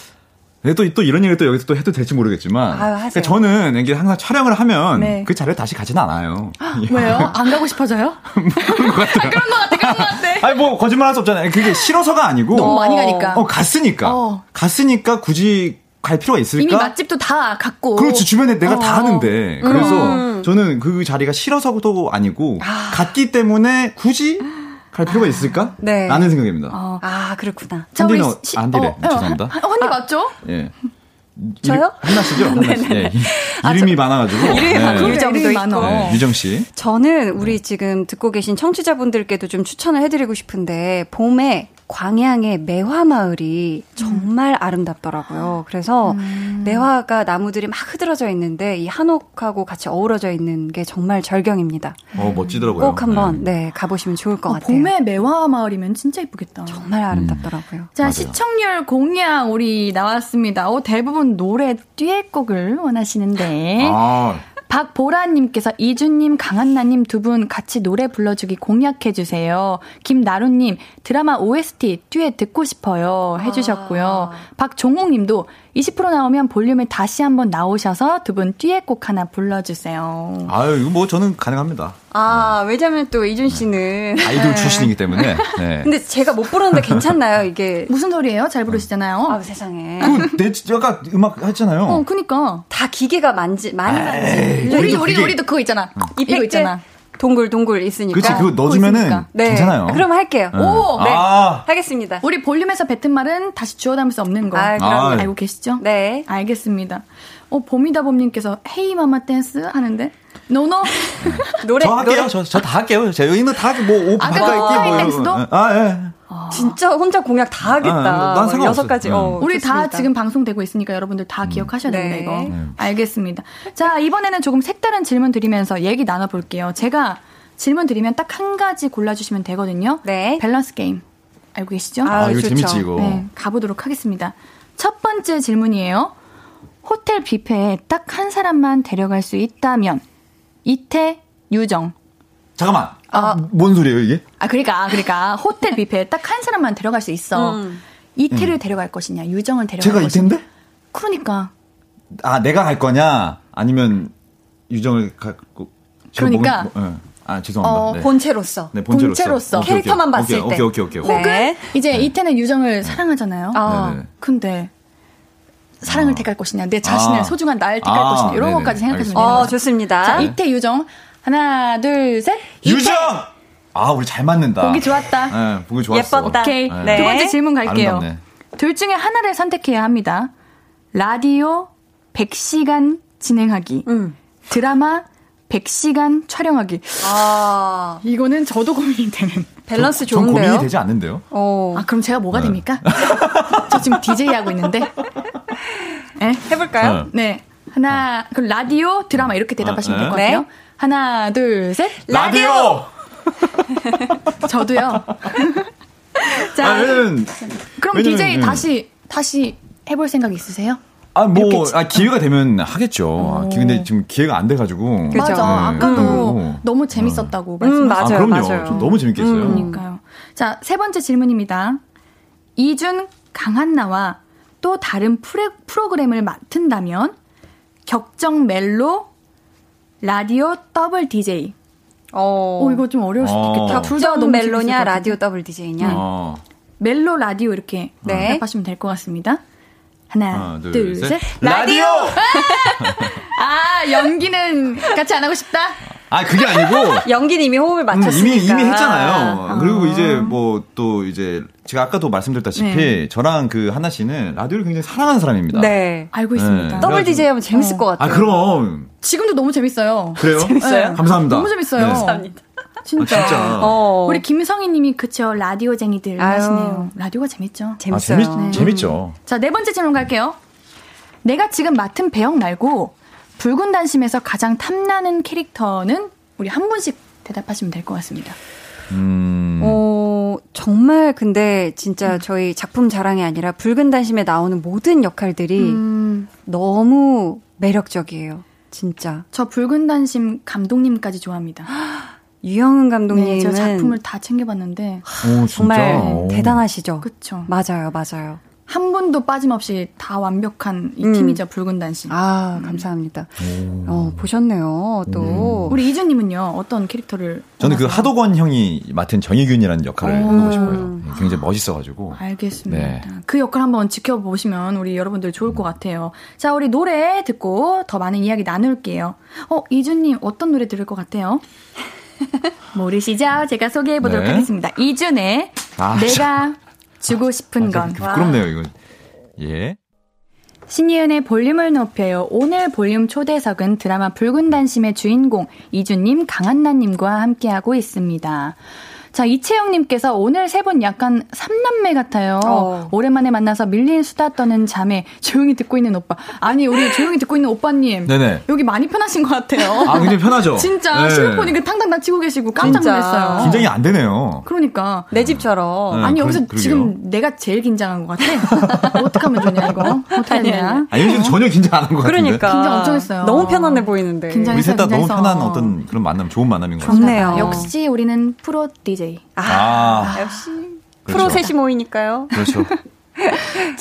D: 근데 또, 또 이런 얘기를 또 여기서 또 해도 될지 모르겠지만.
E: 아유,
D: 그러니까
E: 하세요.
D: 저는 이게 항상 촬영을 하면
A: 네.
D: 그 자리를 다시 가진 않아요.
A: 왜요? 안 가고 싶어져요?
D: 그런 것 같아요. 그런 것 같아, 그런 것 <laughs> 같아. 아니, 뭐, 거짓말 할 수 없잖아요.
E: <laughs>
D: 그게 싫어서가 아니고.
A: 너무 많이 가니까.
D: 어, 갔으니까.
A: 어.
D: 갔으니까 굳이 갈 필요가 있을까?
A: 이미 맛집도 다 갔고.
D: 그렇지 주변에 내가 다
A: 어.
D: 아는데 그래서 저는 그 자리가 싫어서도 아니고 갔기 때문에 굳이 갈 필요가 있을까?
E: 네.
D: 라는 생각입니다.
E: 아, 그렇구나.
A: 자, 우리
D: 한디는
A: 시-
D: 안 되래.
A: 어, 어,
E: 아,
D: 죄송합니다.
A: 한- 어, 한디 맞죠?
D: 예.
E: 저요?
D: 한나 씨죠? 한나 씨. 네. 이름이 많아가지고.
E: 이름이 많고
D: 네.
E: 유정도
A: 이름이
E: 있고.
A: 많아.
D: 네, 유정 씨.
E: 저는 우리 지금 듣고 계신 청취자분들께도 좀 추천을 해드리고 싶은데 봄에 광양의 매화마을이 정말 아름답더라고요. 그래서 매화가 나무들이 막 흐드러져 있는데 이 한옥하고 같이 어우러져 있는 게 정말 절경입니다.
D: 어 멋지더라고요.
E: 꼭 한번 네 가보시면 좋을 것
A: 아,
E: 같아요.
A: 봄에 매화 마을이면 진짜 이쁘겠다.
E: 정말 아름답더라고요.
A: 자,
D: 맞아요.
A: 시청률 공약 우리 나왔습니다. 어, 대부분 노래 듀엣곡을 원하시는데.
D: 아
A: 박보라님께서 이준님, 강한나님 두 분 같이 노래 불러주기 공약해주세요. 김나루님, 드라마 OST 듀엣 듣고 싶어요. 해주셨고요. 박종옥님도 20% 나오면 볼륨에 다시 한번 나오셔서 두 분 듀엣곡 하나 불러주세요.
D: 아유 이거 뭐 저는 가능합니다.
E: 아 왜냐면 또 이준 씨는
D: 아이돌 출신이기 때문에. 네.
E: <laughs> 근데 제가 못 부르는데 괜찮나요 이게?
A: 무슨 소리예요? 잘 부르시잖아요.
E: 아 세상에
D: 그, 내 아까 음악 했잖아요.
A: 어, 그니까.
E: 다 기계가 만지 많이 만지.
A: 우리,
D: 그래도
A: 우리,
D: 그게-
A: 우리도 그거 있잖아. 이거
E: 이펙트
A: 있잖아.
E: 동글 동글 있으니까.
D: 그렇지 그거 넣어주면은
A: 있으니까.
E: 네.
D: 괜찮아요.
E: 그럼 할게요.
D: 네.
A: 오,
E: 네.
D: 아,
E: 하겠습니다.
A: 우리 볼륨에서 뱉은 말은 다시 주워 담을 수 없는 거.
E: 아,
D: 그럼요. 아유.
A: 알고 계시죠?
E: 네.
A: 알겠습니다. 어, 봄이다 봄님께서 헤이 마마 댄스 하는데 노노
E: 어, 노래
D: 저 할게요.
E: 노래
D: 저 저 다 할게요. 제 여기는 다뭐
A: 아까
D: 바꿔
A: 그
D: 할게요.
A: 댄스도?
D: 아 예.
E: 진짜 혼자 공약 다
D: 아,
E: 하겠다.
D: 난 네. 상관없어.
E: 여섯 가지. 어,
A: 우리 다
E: 좋습니다.
A: 지금 방송되고 있으니까 여러분들 다 기억하셔야
E: 네.
A: 됩니다 이거.
D: 네.
A: 알겠습니다. 자 이번에는 조금 색다른 질문 드리면서 얘기 나눠볼게요. 제가 질문 드리면 딱 한 가지 골라주시면 되거든요.
E: 네.
A: 밸런스 게임 알고 계시죠?
E: 아,
D: 아 이거
E: 좋죠.
D: 재밌지 이거.
A: 네, 가보도록 하겠습니다. 첫 번째 질문이에요. 호텔 뷔페에 딱 한 사람만 데려갈 수 있다면 이태 유정.
D: 잠깐만. 뭔 소리예요 이게?
A: 아 그러니까 그러니까 호텔 뷔페에 딱 한 사람만 데려갈 수 있어.
E: 음.
A: 이태를 데려갈 것이냐, 유정을 데려갈
D: 제가
A: 것이냐.
D: 이텐데?
A: 그러니까
D: 아 내가 갈 거냐? 아니면 유정을 갖고. 제가
A: 그러니까.
D: 먹은- 뭐, 예. 아 죄송합니다.
A: 어,
D: 네.
E: 본체로서.
D: 네, 본체로서.
A: 본체로서.
D: 오케이, 오케이.
E: 캐릭터만 봤을
D: 오케이,
E: 때.
D: 오케이, 오케이, 오케이.
E: 네.
A: 혹은 그 이제 이태는 유정을 사랑하잖아요.
E: 아.
D: 네네.
A: 근데 사랑을
D: 아.
A: 택할 것이냐, 내 자신을
D: 아.
A: 소중한 나를 택할
D: 아,
A: 것이냐 이런
D: 네네.
A: 것까지 생각하시면
D: 알겠습니다.
A: 되는
E: 어,
A: 거죠.
E: 좋습니다.
A: 자, 이태 유정 하나, 둘, 셋.
D: 유정! 아, 우리 잘 맞는다.
A: 보기 좋았다.
D: 예, 보기 좋았어.
E: 예뻤다.
A: 오케이.
D: 네.
A: 두 번째 질문 갈게요.
D: 아름답네.
A: 둘 중에 하나를 선택해야 합니다. 라디오 100시간 진행하기.
E: 음.
A: 드라마 100시간 촬영하기.
E: 아,
A: 이거는 저도 고민이 되는.
E: 밸런스
D: 전
E: 좋은데요?
D: 고민이 되지 않는데요?
E: 어,
A: 아, 그럼 제가
D: 네.
A: 뭐가 됩니까? 저 지금 DJ 하고 있는데. 네.
E: 해볼까요?
D: 네.
A: 네. 하나, 그럼 라디오, 드라마 이렇게 대답하시면 될 것
E: 네.
A: 같아요. 하나, 둘, 셋.
D: 예.
E: 라디오!
D: <laughs>
A: 저도요. 자,
D: 아, 왜냐면,
A: 그럼
D: 왜냐면,
A: DJ
D: 음.
A: 다시, 다시 해볼 생각 있으세요?
D: 아, 뭐,
A: 이렇게
D: 아, 기회가 되면 하겠죠. 아, 기- 근데 지금 기회가 안 돼가지고.
E: 그죠.
A: 맞아.
E: 네,
A: 아까도
D: 그리고-
A: 너무 재밌었다고
E: 음,
A: 말씀하셨어요. 음,
D: 아,
E: 맞아요,
D: 그럼요.
E: 맞아요.
D: 좀 너무 재밌겠어요.
A: 그러니까요. 자, 세 번째 질문입니다. 이준 강한나와 또 다른 프레, 프로그램을 맡은다면 격정 멜로 라디오 더블 DJ.
E: 어,
A: 어, 이거 좀 어려울 수도
D: 어.
A: 있겠다. 네. 둘다
E: 격정
A: 너무 재밌을 것
E: 멜로냐,
A: 같은데.
E: 라디오 더블 DJ냐.
D: 어.
A: 멜로 라디오 이렇게
E: 네.
A: 대답하시면 될 것 같습니다. 어. 하나,
D: 하나,
A: 둘,
D: 둘,
A: 셋.
D: 셋.
E: 라디오!
A: 아, 연기는 같이 안 하고 싶다?
D: 아,
A: <laughs>
D: 그게 아니고.
E: 연기는 이미 호흡을
D: 음,
E: 맞췄으니까.
D: 이미 이미 했잖아요. 그리고 이제 뭐 또 이제 제가 아까도 말씀드렸다시피
A: 네.
D: 저랑 그 하나 씨는 라디오를 굉장히 사랑하는 사람입니다.
E: 네.
A: 알고 있습니다.
D: 네.
E: 더블
D: 그래가지고-
E: DJ 하면 재밌을 것 같아요.
D: 아 그럼
A: 지금도 너무 <laughs> 재밌어요.
D: 그래요?
A: 재밌어요?
D: 감사합니다.
A: 너무 재밌어요.
D: 네.
E: 감사합니다.
A: 아, 진짜.
D: 진짜.
E: 어,
A: 우리 김성희 님이 그쵸 라디오쟁이들
E: 아유.
A: 하시네요. 라디오가 재밌죠.
D: 아,
E: 재밌어요.
D: 재밌 재밌죠.
A: 자, 네 번째 질문 갈게요. 내가 지금 맡은 배역 말고 붉은 단심에서 가장 탐나는 캐릭터는 우리 한 분씩 대답하시면 될 것 같습니다.
D: 음.
E: 어, 정말 근데 진짜 저희 작품 자랑이 아니라 붉은 단심에 나오는 모든 역할들이
A: 음.
E: 너무 매력적이에요. 진짜.
A: 저 붉은 단심 감독님까지 좋아합니다.
E: 유영은
A: 네,
E: 감독님은
A: 제가 작품을 다 챙겨봤는데,
D: 오, 진짜?
E: 정말
D: 오.
E: 대단하시죠.
A: 그쵸.
E: 맞아요, 맞아요.
A: 한 분도 빠짐없이 다 완벽한 이
E: 음.
A: 팀이죠, 붉은 단심.
E: 아, 감사합니다. 어, 보셨네요. 또
A: 우리 이준님은요, 어떤 캐릭터를.
D: 저는 그
A: 원하세요?
D: 하도권 형이 맡은 정의균이라는 역할을
A: 오. 아,
D: 하고 싶어요. 예, 굉장히 멋있어가지고.
A: 알겠습니다.
D: 네.
A: 그 역할 한번 지켜보시면 우리 여러분들 좋을 것 같아요. 자, 우리 노래 듣고 더 많은 이야기 나눌게요. 어, 이준님 어떤 노래 들을 것 같아요? <laughs> 모르시죠? 제가 소개해 보도록
D: 네.
A: 하겠습니다. 이준의
D: 아,
A: 내가 주고 싶은 건.
D: 참 부끄럽네요, 이건. 예.
A: 신이은의 볼륨을 높여요. 오늘 볼륨 초대석은 드라마 붉은 단심의 주인공 이주님, 강한나님과 함께하고 있습니다. 자, 이채영님께서 오늘 세 분 약간 삼남매 같아요.
E: 어.
A: 오랜만에 만나서 밀린 수다 떠는 자매, 조용히 듣고 있는 오빠. 아니, 우리 조용히 듣고 있는 오빠님.
D: 네네.
A: 여기 많이 편하신 것 같아요.
D: 아, 굉장히
E: <laughs>
A: <laughs>
D: 편하죠?
A: 진짜
D: 네.
A: 실로폰이 그 탕탕탕 치고 계시고 깜짝
E: 진짜.
A: 놀랐어요.
D: 긴장이 안 되네요.
A: 그러니까.
E: 내 집처럼.
D: 네,
A: 아니
D: 그러-
A: 여기서
D: 그러게요.
A: 지금 내가 제일 긴장한 것 같아. 어떡하면 좋냐 이거. 어떡하냐.
D: 아니, 요즘 전혀 긴장 안 한 것 같은데.
E: 그러니까
A: 긴장 엄청 했어요.
E: 너무 편안해 보이는데.
A: 긴장-
D: 우리 셋 다 너무
A: 긴장해서.
D: 편한 어떤 그런 만남, 좋은 만남인 것 같아요.
A: 어.
E: 좋네요.
A: 역시 우리는 프로 DJ.
D: 아,
E: 역시
D: 그렇죠.
E: 프로 셋이 모이니까요.
D: 그렇죠.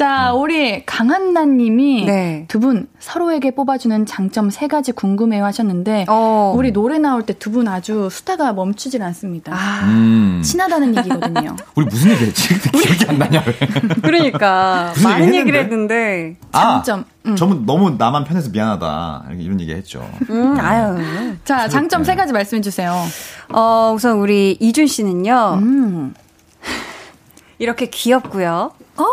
A: 자 우리 강한나님이
E: 네.
A: 두 분 서로에게 뽑아주는 장점 세 가지 궁금해 하셨는데
E: 어.
A: 우리 노래 나올 때 두 분 아주 수다가 멈추질 않습니다.
D: 음.
A: 친하다는 <laughs> 얘기거든요.
D: 우리 무슨 얘기 했지? <laughs> 근데 기억이 안 나냐, 왜?
E: 그러니까
D: 무슨
E: 많은
D: 얘기
E: 얘기를
D: 했는데?
E: 했는데.
D: 아,
A: 장점. 음.
D: 저분 너무 나만 편해서 미안하다. 이렇게 이런 얘기 했죠. <laughs>
E: 음, 아유.
A: 자 장점 세 가지 말씀해 주세요.
E: 어, 우선 우리 이준 씨는요.
A: 음.
E: 이렇게 귀엽고요.
A: 어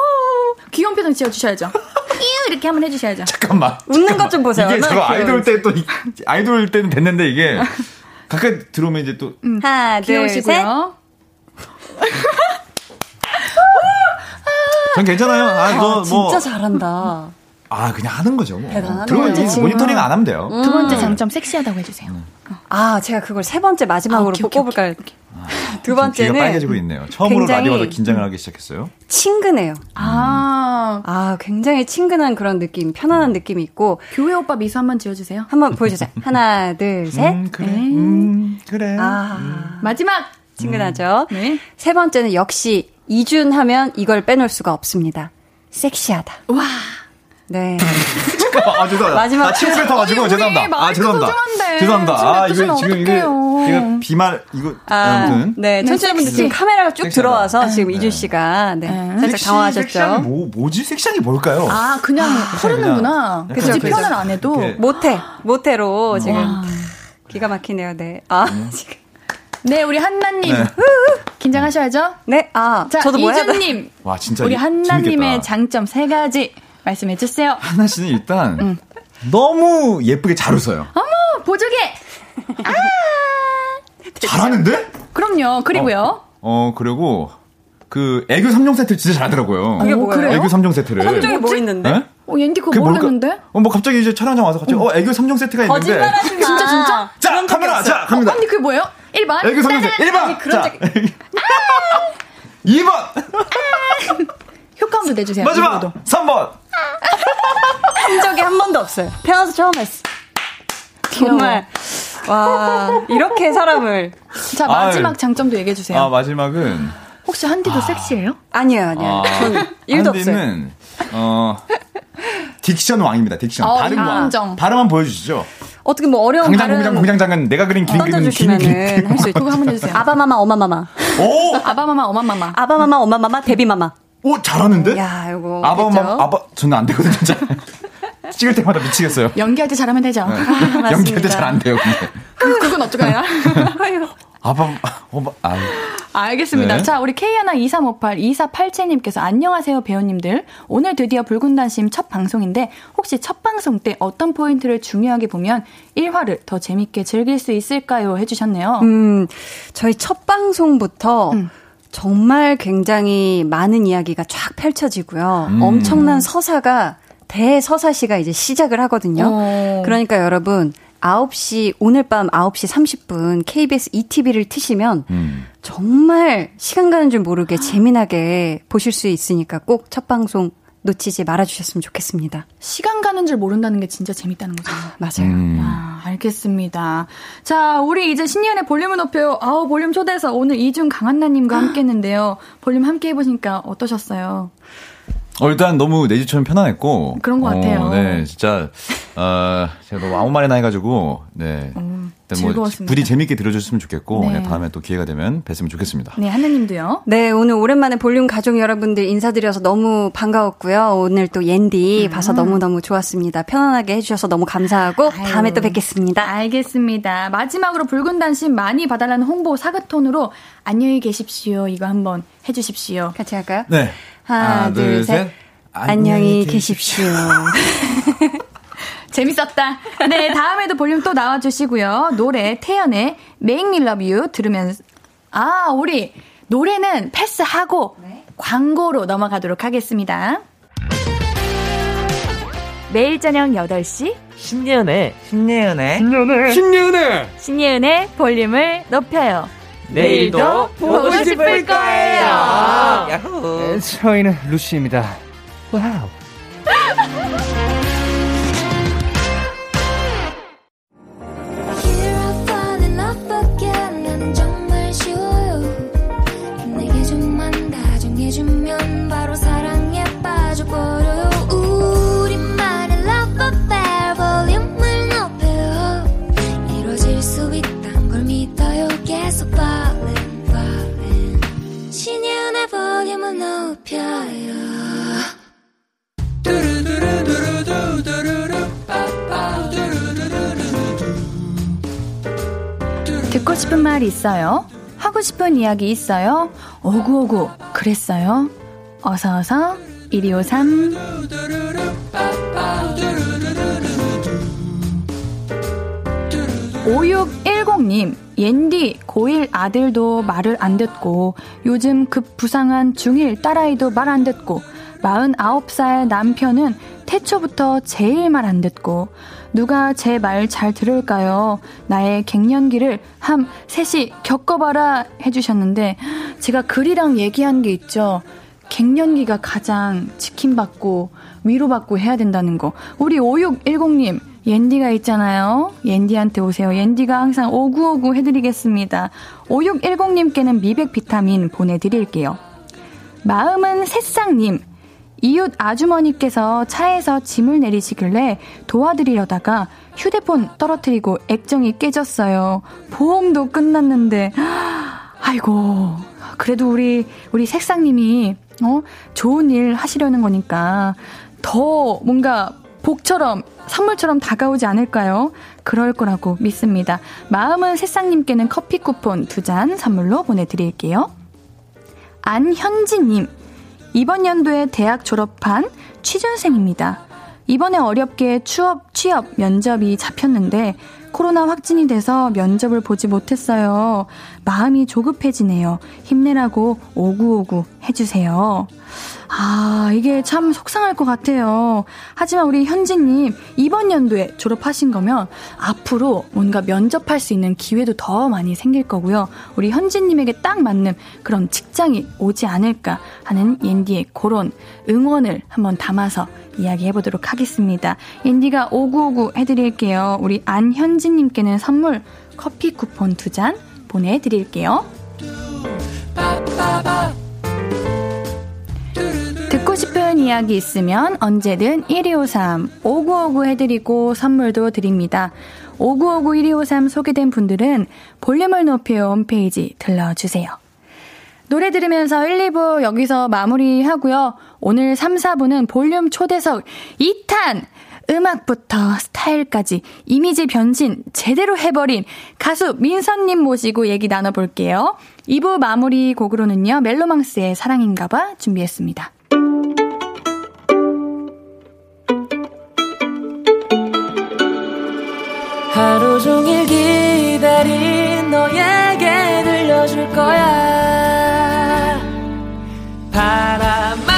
A: 귀여운 표정 지어주셔야죠. 이유 이렇게 한번 해주셔야죠.
D: 잠깐만.
E: 웃는 것 좀 보세요.
D: 이게
E: 얼마나
D: 제가
E: 귀여운지.
D: 아이돌 때 또, 이- 아이돌 때는 됐는데 이게 가까이 들어오면 이제 또
E: 하나, 둘, 셋.
A: 귀여우시고요. 아,
D: 전 괜찮아요. 아,
E: 아,
D: 저 뭐.
E: 진짜 잘한다.
D: 아, 그냥 하는 거죠. 뭐.
E: 대단하네요. 음.
D: 들어오면 이제
A: 지금.
D: 모니터링 안 하면 돼요.
A: 두 번째 장점 섹시하다고 해주세요.
E: <laughs>
D: 음.
E: 아, 제가 그걸 세 번째
A: 아,
E: 마지막으로
A: 오케이, 오케이,
E: 뽑아볼까 요두
D: 지금 귀가 빨개지고
E: 번째는
D: 있네요. 처음으로
E: 굉장히-
D: 라디오가 긴장을 하기 시작했어요.
E: 친근해요.
A: 아
E: 아, 굉장히 친근한 그런 느낌, 편안한 느낌이 있고
A: 교회 오빠 미소 한번 지어주세요.
E: 한번 보여주세요. 하나, 둘, 셋.
D: 음, 그래. 음, 그래.
E: 아,
A: 마지막.
E: 친근하죠.
A: 네.
E: 세 번째는 역시 이준 하면 이걸 빼놓을 수가 없습니다. 섹시하다.
A: 와.
E: 네.
D: 아, 죄송합니다.
E: 마지막-
D: 아, 침을 뱉어가지고
A: 아니,
D: 죄송합니다. 아,
A: 마이크
D: 죄송합니다.
A: 소중한데.
D: 죄송합니다. 아,
A: 침을
D: 이거 지금
A: 뱉으시면
D: 이게
A: 어떡해요.
D: 이거 비말 이거
E: 아,
D: 아무튼
E: 네, 청취자분들
A: 섹시.
E: 지금 카메라가 쭉
D: 섹시하다.
E: 들어와서 지금 이준 씨가 네, 살짝
D: 섹시한
E: 당황하셨죠.
D: 뭐 뭐지? 섹션이 뭘까요?
A: 아 그냥 흐르는구나.
D: 그냥-
A: 굳이
E: 그죠, 그죠.
A: 표현을 안 해도.
D: 이렇게.
E: 모태, 모태로 지금 기가 막히네요. 네. 아, 지금.
A: 네 우리 한나님
D: 네.
A: 긴장하셔야죠.
E: <laughs> 네. 아,
A: 자
E: 저도 뭐야?
A: 이준님.
D: 와, 진짜
A: 우리
D: 이-
A: 한나님의
D: 재밌겠다.
A: 장점 세 가지 말씀해 주세요.
D: 하나 씨는 일단 너무 예쁘게 잘 웃어요.
A: 어, 보조개.
D: 잘하는데?
A: 그럼요. 그리고요.
D: 어 그리고 그 애교 3종 세트 진짜 잘하더라고요.
E: 그게 뭐예요?
D: 애교 3종 세트를.
E: 함정이 뭐 있는데?
D: 예?
A: 어, 옌디 그거
D: 그게 뭘까?
A: 모르겠는데?
D: 어, 뭐 갑자기 이제 촬영장 와서
E: 음.
D: 갑자기 어 애교 3종 세트가 있는데.
E: 거짓말 하지 마.
A: 진짜, 진짜?
D: 자 카메라 자 갑니다.
E: 어,
A: 언니 그게 뭐예요? 1번.
D: 애교 3종 세트 1번. 자 <laughs>
E: 아!
D: 2번
A: 효과음도 내주세요.
E: 네,
D: 마지막
A: 이거도.
D: 3번.
E: 한 적이 한 번도 없어요. 태어나서 처음 했어.
A: 귀여워.
E: 정말. 와, 이렇게 사람을.
A: 자, 마지막
D: 아유.
A: 장점도 얘기해 주세요.
D: 아 마지막은
A: 혹시 한디도 섹시해요?
E: 아니에요, 아니에요. 전 일도 없어요.
D: 한디는 어 딕션 왕입니다. 딕션
A: 어,
D: 발음 왕.
A: 인정.
D: 발음 한번 보여주시죠.
E: 어떻게 뭐 어려운
D: 공장
E: 발음
D: 공장 공장 장은 내가 그린 긴 그림 긴
E: 던져주시면은
D: 그림.
E: 할 수 있고.
A: 그거 한번 해주세요.
E: 아바마마, 어마마마.
D: 오,
A: 아바마마, 어마마마.
E: 아바마마, 어마마마, 데뷔마마.
D: 오 잘하는데?
E: 야, 이거.
D: 아바 엄마
E: 됐죠?
D: 아바 저는 안 되거든요. <laughs> 진짜. 찍을 때마다 미치겠어요.
A: 연기할 때 잘하면 되죠.
D: 네.
E: 맞습니다.
D: 연기할 때 잘 안 돼요. 근데.
A: 그- 그건 어떡하냐?
D: <laughs> 아바 엄마 아
A: 알겠습니다.
D: 네.
A: 자, 우리 K12358 2487님께서 안녕하세요, 배우님들. 오늘 드디어 붉은단심 첫 방송인데 혹시 첫 방송 때 어떤 포인트를 중요하게 보면 1화를 더 재밌게 즐길 수 있을까요? 해주셨네요.
E: 음, 저희 첫 방송부터 정말 굉장히 많은 이야기가 쫙 펼쳐지고요. 엄청난 서사가 대서사시가 이제 시작을 하거든요.
A: 어.
E: 그러니까 여러분 9시 오늘 밤 9시 30분 KBS ETV를 트시면
D: 음.
E: 정말 시간 가는 줄 모르게 재미나게 보실 수 있으니까 꼭 첫 방송 놓치지 말아 주셨으면 좋겠습니다.
A: 시간 가는 줄 모른다는 게 진짜 재밌다는 거잖아요.
E: 맞아요.
D: 음.
A: 아, 알겠습니다. 자, 우리 이제 신년의 볼륨을 높여요. 아우, 볼륨 초대해서 오늘 이준 <gasps> 강한나님과 함께 했는데요. 볼륨 함께 해보시니까 어떠셨어요?
D: 어, 일단 너무 내지처럼 편안했고
A: 그런 것
D: 어,
A: 같아요.
D: 네, 진짜 어, 제가 너무 아무 말이나 해가지고 네. 일단 뭐
A: 음, 즐거웠습니다.
D: 부디 재밌게 들어주셨으면 좋겠고
A: 네.
D: 네, 다음에 또 기회가 되면 뵀으면 좋겠습니다.
A: 네, 한나님도요.
E: 네, 오늘 오랜만에 볼륨 가족 여러분들 인사드려서 너무 반가웠고요. 오늘 또 옌디 봐서 너무너무 좋았습니다. 편안하게 해주셔서 너무 감사하고 다음에 또 뵙겠습니다.
A: 네, 알겠습니다. 마지막으로 붉은 단신 많이 봐달라는 홍보 사그톤으로 안녕히 계십시오. 이거 한번 해주십시오.
E: 같이 할까요?
D: 네.
E: 하나, 둘, 셋. 안녕히 계십시오. <laughs>
A: 재밌었다. 네, 다음에도 볼륨 또 나와주시고요. 노래 태연의 Make Me Love You 들으면서 아 우리 노래는 패스하고 광고로 넘어가도록 하겠습니다.
G: 매일 저녁 8시
H: 신예은의 신예은의
G: 신예은의 볼륨을 높여요.
H: 내일도 보고 싶을 거예요.
A: 아.
H: 야호.
F: 네, 저희는 루시입니다. 와우.
B: Here I fall in love again. 난 정말 쉬워요. 내게 좀만 다정해주면 바로 사랑에 빠져버려. 우리만의 love affair 볼륨을 높여요. 이뤄질 수 있단 걸 믿어요. 계속 falling, falling. 신예은의 볼륨을 높여요.
A: 듣고 싶은 말 있어요? 하고 싶은 이야기 있어요? 오구오구 그랬어요? 어서어서 1253 5610님 옌디 고1 아들도 말을 안 듣고 요즘 급 부상한 중1 딸아이도 말 안 듣고 49살 남편은 태초부터 제일 말 안 듣고 누가 제 말 잘 들을까요? 나의 갱년기를 함 셋이 겪어봐라 해주셨는데 제가 글이랑 얘기한 게 있죠. 갱년기가 가장 지킴받고 위로받고 해야 된다는 거. 우리 5610님 옌디가 있잖아요. 옌디한테 오세요. 옌디가 항상 오구오구 해드리겠습니다. 5610님께는 미백 비타민 보내드릴게요. 마음은 새싹님. 이웃 아주머니께서 차에서 짐을 내리시길래 도와드리려다가 휴대폰 떨어뜨리고 액정이 깨졌어요. 보험도 끝났는데. 아이고. 그래도 우리, 우리 색상님이, 어, 좋은 일 하시려는 거니까 더 뭔가 복처럼, 선물처럼 다가오지 않을까요? 그럴 거라고 믿습니다. 마음은 새상님께는 커피 쿠폰 두 잔 선물로 보내드릴게요. 안현지님. 이번 연도에 대학 졸업한 취준생입니다. 이번에 어렵게 취업, 취업 면접이 잡혔는데 코로나 확진이 돼서 면접을 보지 못했어요. 마음이 조급해지네요. 힘내라고 오구오구 해주세요. 아, 이게 참 속상할 것 같아요. 하지만 우리 현진님, 이번 연도에 졸업하신 거면 앞으로 뭔가 면접할 수 있는 기회도 더 많이 생길 거고요. 우리 현진님에게 딱 맞는 그런 직장이 오지 않을까 하는 옌디의 그런 응원을 한번 담아서 이야기해 보도록 하겠습니다. 옌디가 5959 해드릴게요. 우리 안현진님께는 선물 커피 쿠폰 두 잔 보내드릴게요. 듣고 싶은 이야기 있으면 언제든 1253 5959 해드리고 선물도 드립니다. 5959 1253 소개된 분들은 볼륨을 높여 홈페이지 들러주세요. 노래 들으면서 1, 2부 여기서 마무리하고요. 오늘 3, 4부는 볼륨 초대석 2탄! 음악부터 스타일까지 이미지 변신 제대로 해버린 가수 민선님 모시고 얘기 나눠볼게요. 2부 마무리 곡으로는요, 멜로망스의 사랑인가봐 준비했습니다.
H: 하루 종일 기다린 너에게 들려줄 거야 바람아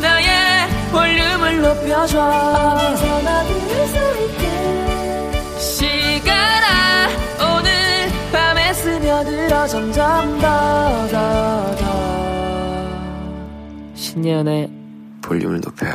H: 너의 볼륨을 높여줘 어디서나 들을 수 있게 시간아 오늘 밤에 스며들어 점점 더더더 신년의
I: 볼륨을 높여요.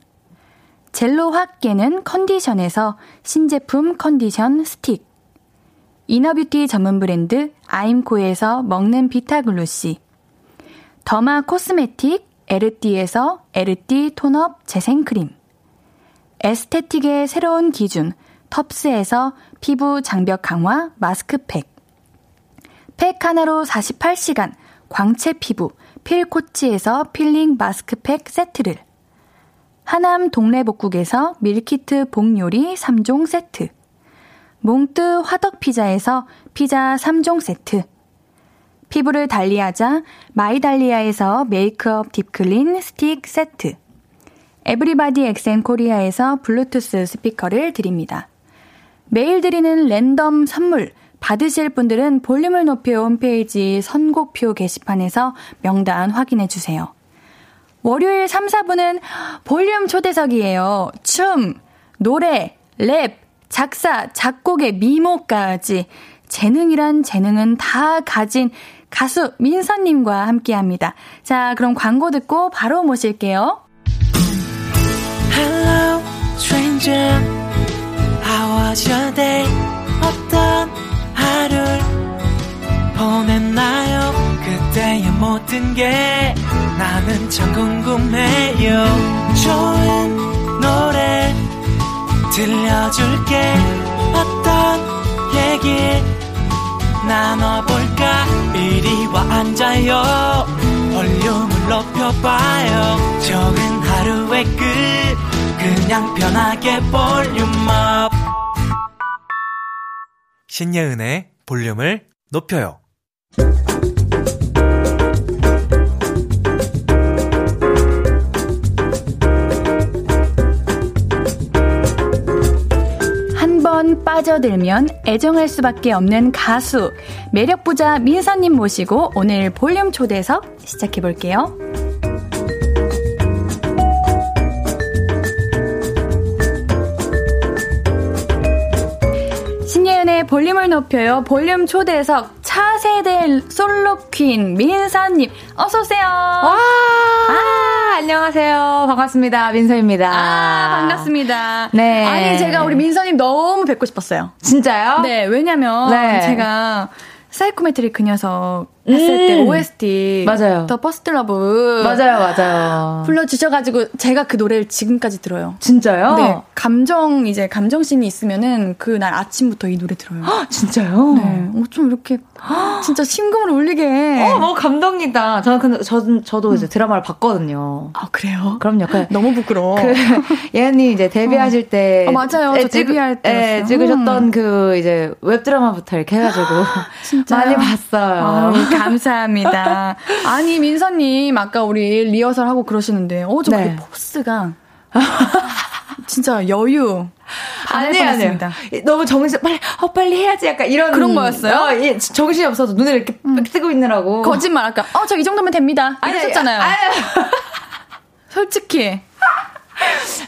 A: 젤로 확 깨는 컨디션에서 신제품 컨디션 스틱. 이너뷰티 전문 브랜드 아임코에서 먹는 비타글루시. 더마 코스메틱 에르띠에서 에르띠 톤업 재생크림. 에스테틱의 새로운 기준, 텁스에서 피부 장벽 강화 마스크팩. 팩 하나로 48시간, 광채 피부, 필코치에서 필링 마스크팩 세트를. 하남 동래복국에서 밀키트 복요리 3종 세트. 몽뜨 화덕피자에서 피자 3종 세트. 피부를 달리하자 마이달리아에서 메이크업 딥클린 스틱 세트. 에브리바디 엑센 코리아에서 블루투스 스피커를 드립니다. 매일 드리는 랜덤 선물 받으실 분들은 볼륨을 높여 홈페이지 선곡표 게시판에서 명단 확인해 주세요. 월요일 3, 4분은 볼륨 초대석이에요. 춤, 노래, 랩, 작사, 작곡의 미모까지 재능이란 재능은 다 가진 가수 민서님과 함께 합니다. 자, 그럼 광고 듣고 바로 모실게요. Hello, stranger. How was your day? 어떤 하루를 보냈나요? 그때의 모든 게 나는 참 궁금해요. 좋은 노래 들려줄게. 어떤 얘기 나눠볼까? 이리 와 앉아요. 볼륨을 높여봐요. 적은 하루의 끝. 그냥 편하게 볼륨업. 신예은의 볼륨을 높여요. 한 번 빠져들면 애정할 수밖에 없는 가수 매력부자 민서님 모시고 오늘 볼륨 초대석 시작해 볼게요. 신예은의 볼륨을 높여요. 볼륨 초대석 차세대 솔로 퀸 민서님 어서 오세요.
I: 와 아~ 안녕하세요. 반갑습니다. 민서입니다.
A: 아 반갑습니다.
I: 네.
A: 아니 제가 우리 민서님 너무 뵙고 싶었어요.
I: 진짜요?
A: 네. 왜냐면 네. 제가 사이코메트릭 그 녀석 했을 때 음. OST
I: 맞아요.
A: 더 버스트 러브
I: 맞아요, 맞아요.
A: 불러주셔가지고 제가 그 노래를 지금까지 들어요.
I: 진짜요?
A: 네. 감정 이제 감정 씬이 있으면은 그날 아침부터 이 노래 들어요.
I: 헉, 진짜요?
A: 네. 어좀 이렇게 진짜 심금을 울리게. 음.
I: 어 너무 감동이다. 저는 근데 저, 저도 이제 드라마를 봤거든요.
A: 아 그래요?
I: 그럼요. 그,
A: 너무 부끄러워.
I: 그, <laughs> 예은님 이제 데뷔하실 때
A: 어. 아, 맞아요. 저
I: 찍,
A: 데뷔할 때
I: 예, 찍으셨던 음. 그 이제 웹 드라마부터 이렇게 해가지고 <laughs> 많이 봤어요.
A: 아, 아유,
I: <laughs>
A: 감사합니다. 아니 민서님 아까 우리 리허설 하고 그러시는데 어저 네. 그 포스가 진짜 여유.
I: 아니 아니요. 너무 정신 빨리 어 빨리 해야지 약간 이런
A: 그런 거였어요.
I: 어, 예, 정신이 없어서 눈을 이렇게 음. 뜨고 있느라고.
A: 거짓말 아까 어 저 이 정도면 됩니다. 이러셨잖아요. 아니, 아니. <laughs> 솔직히.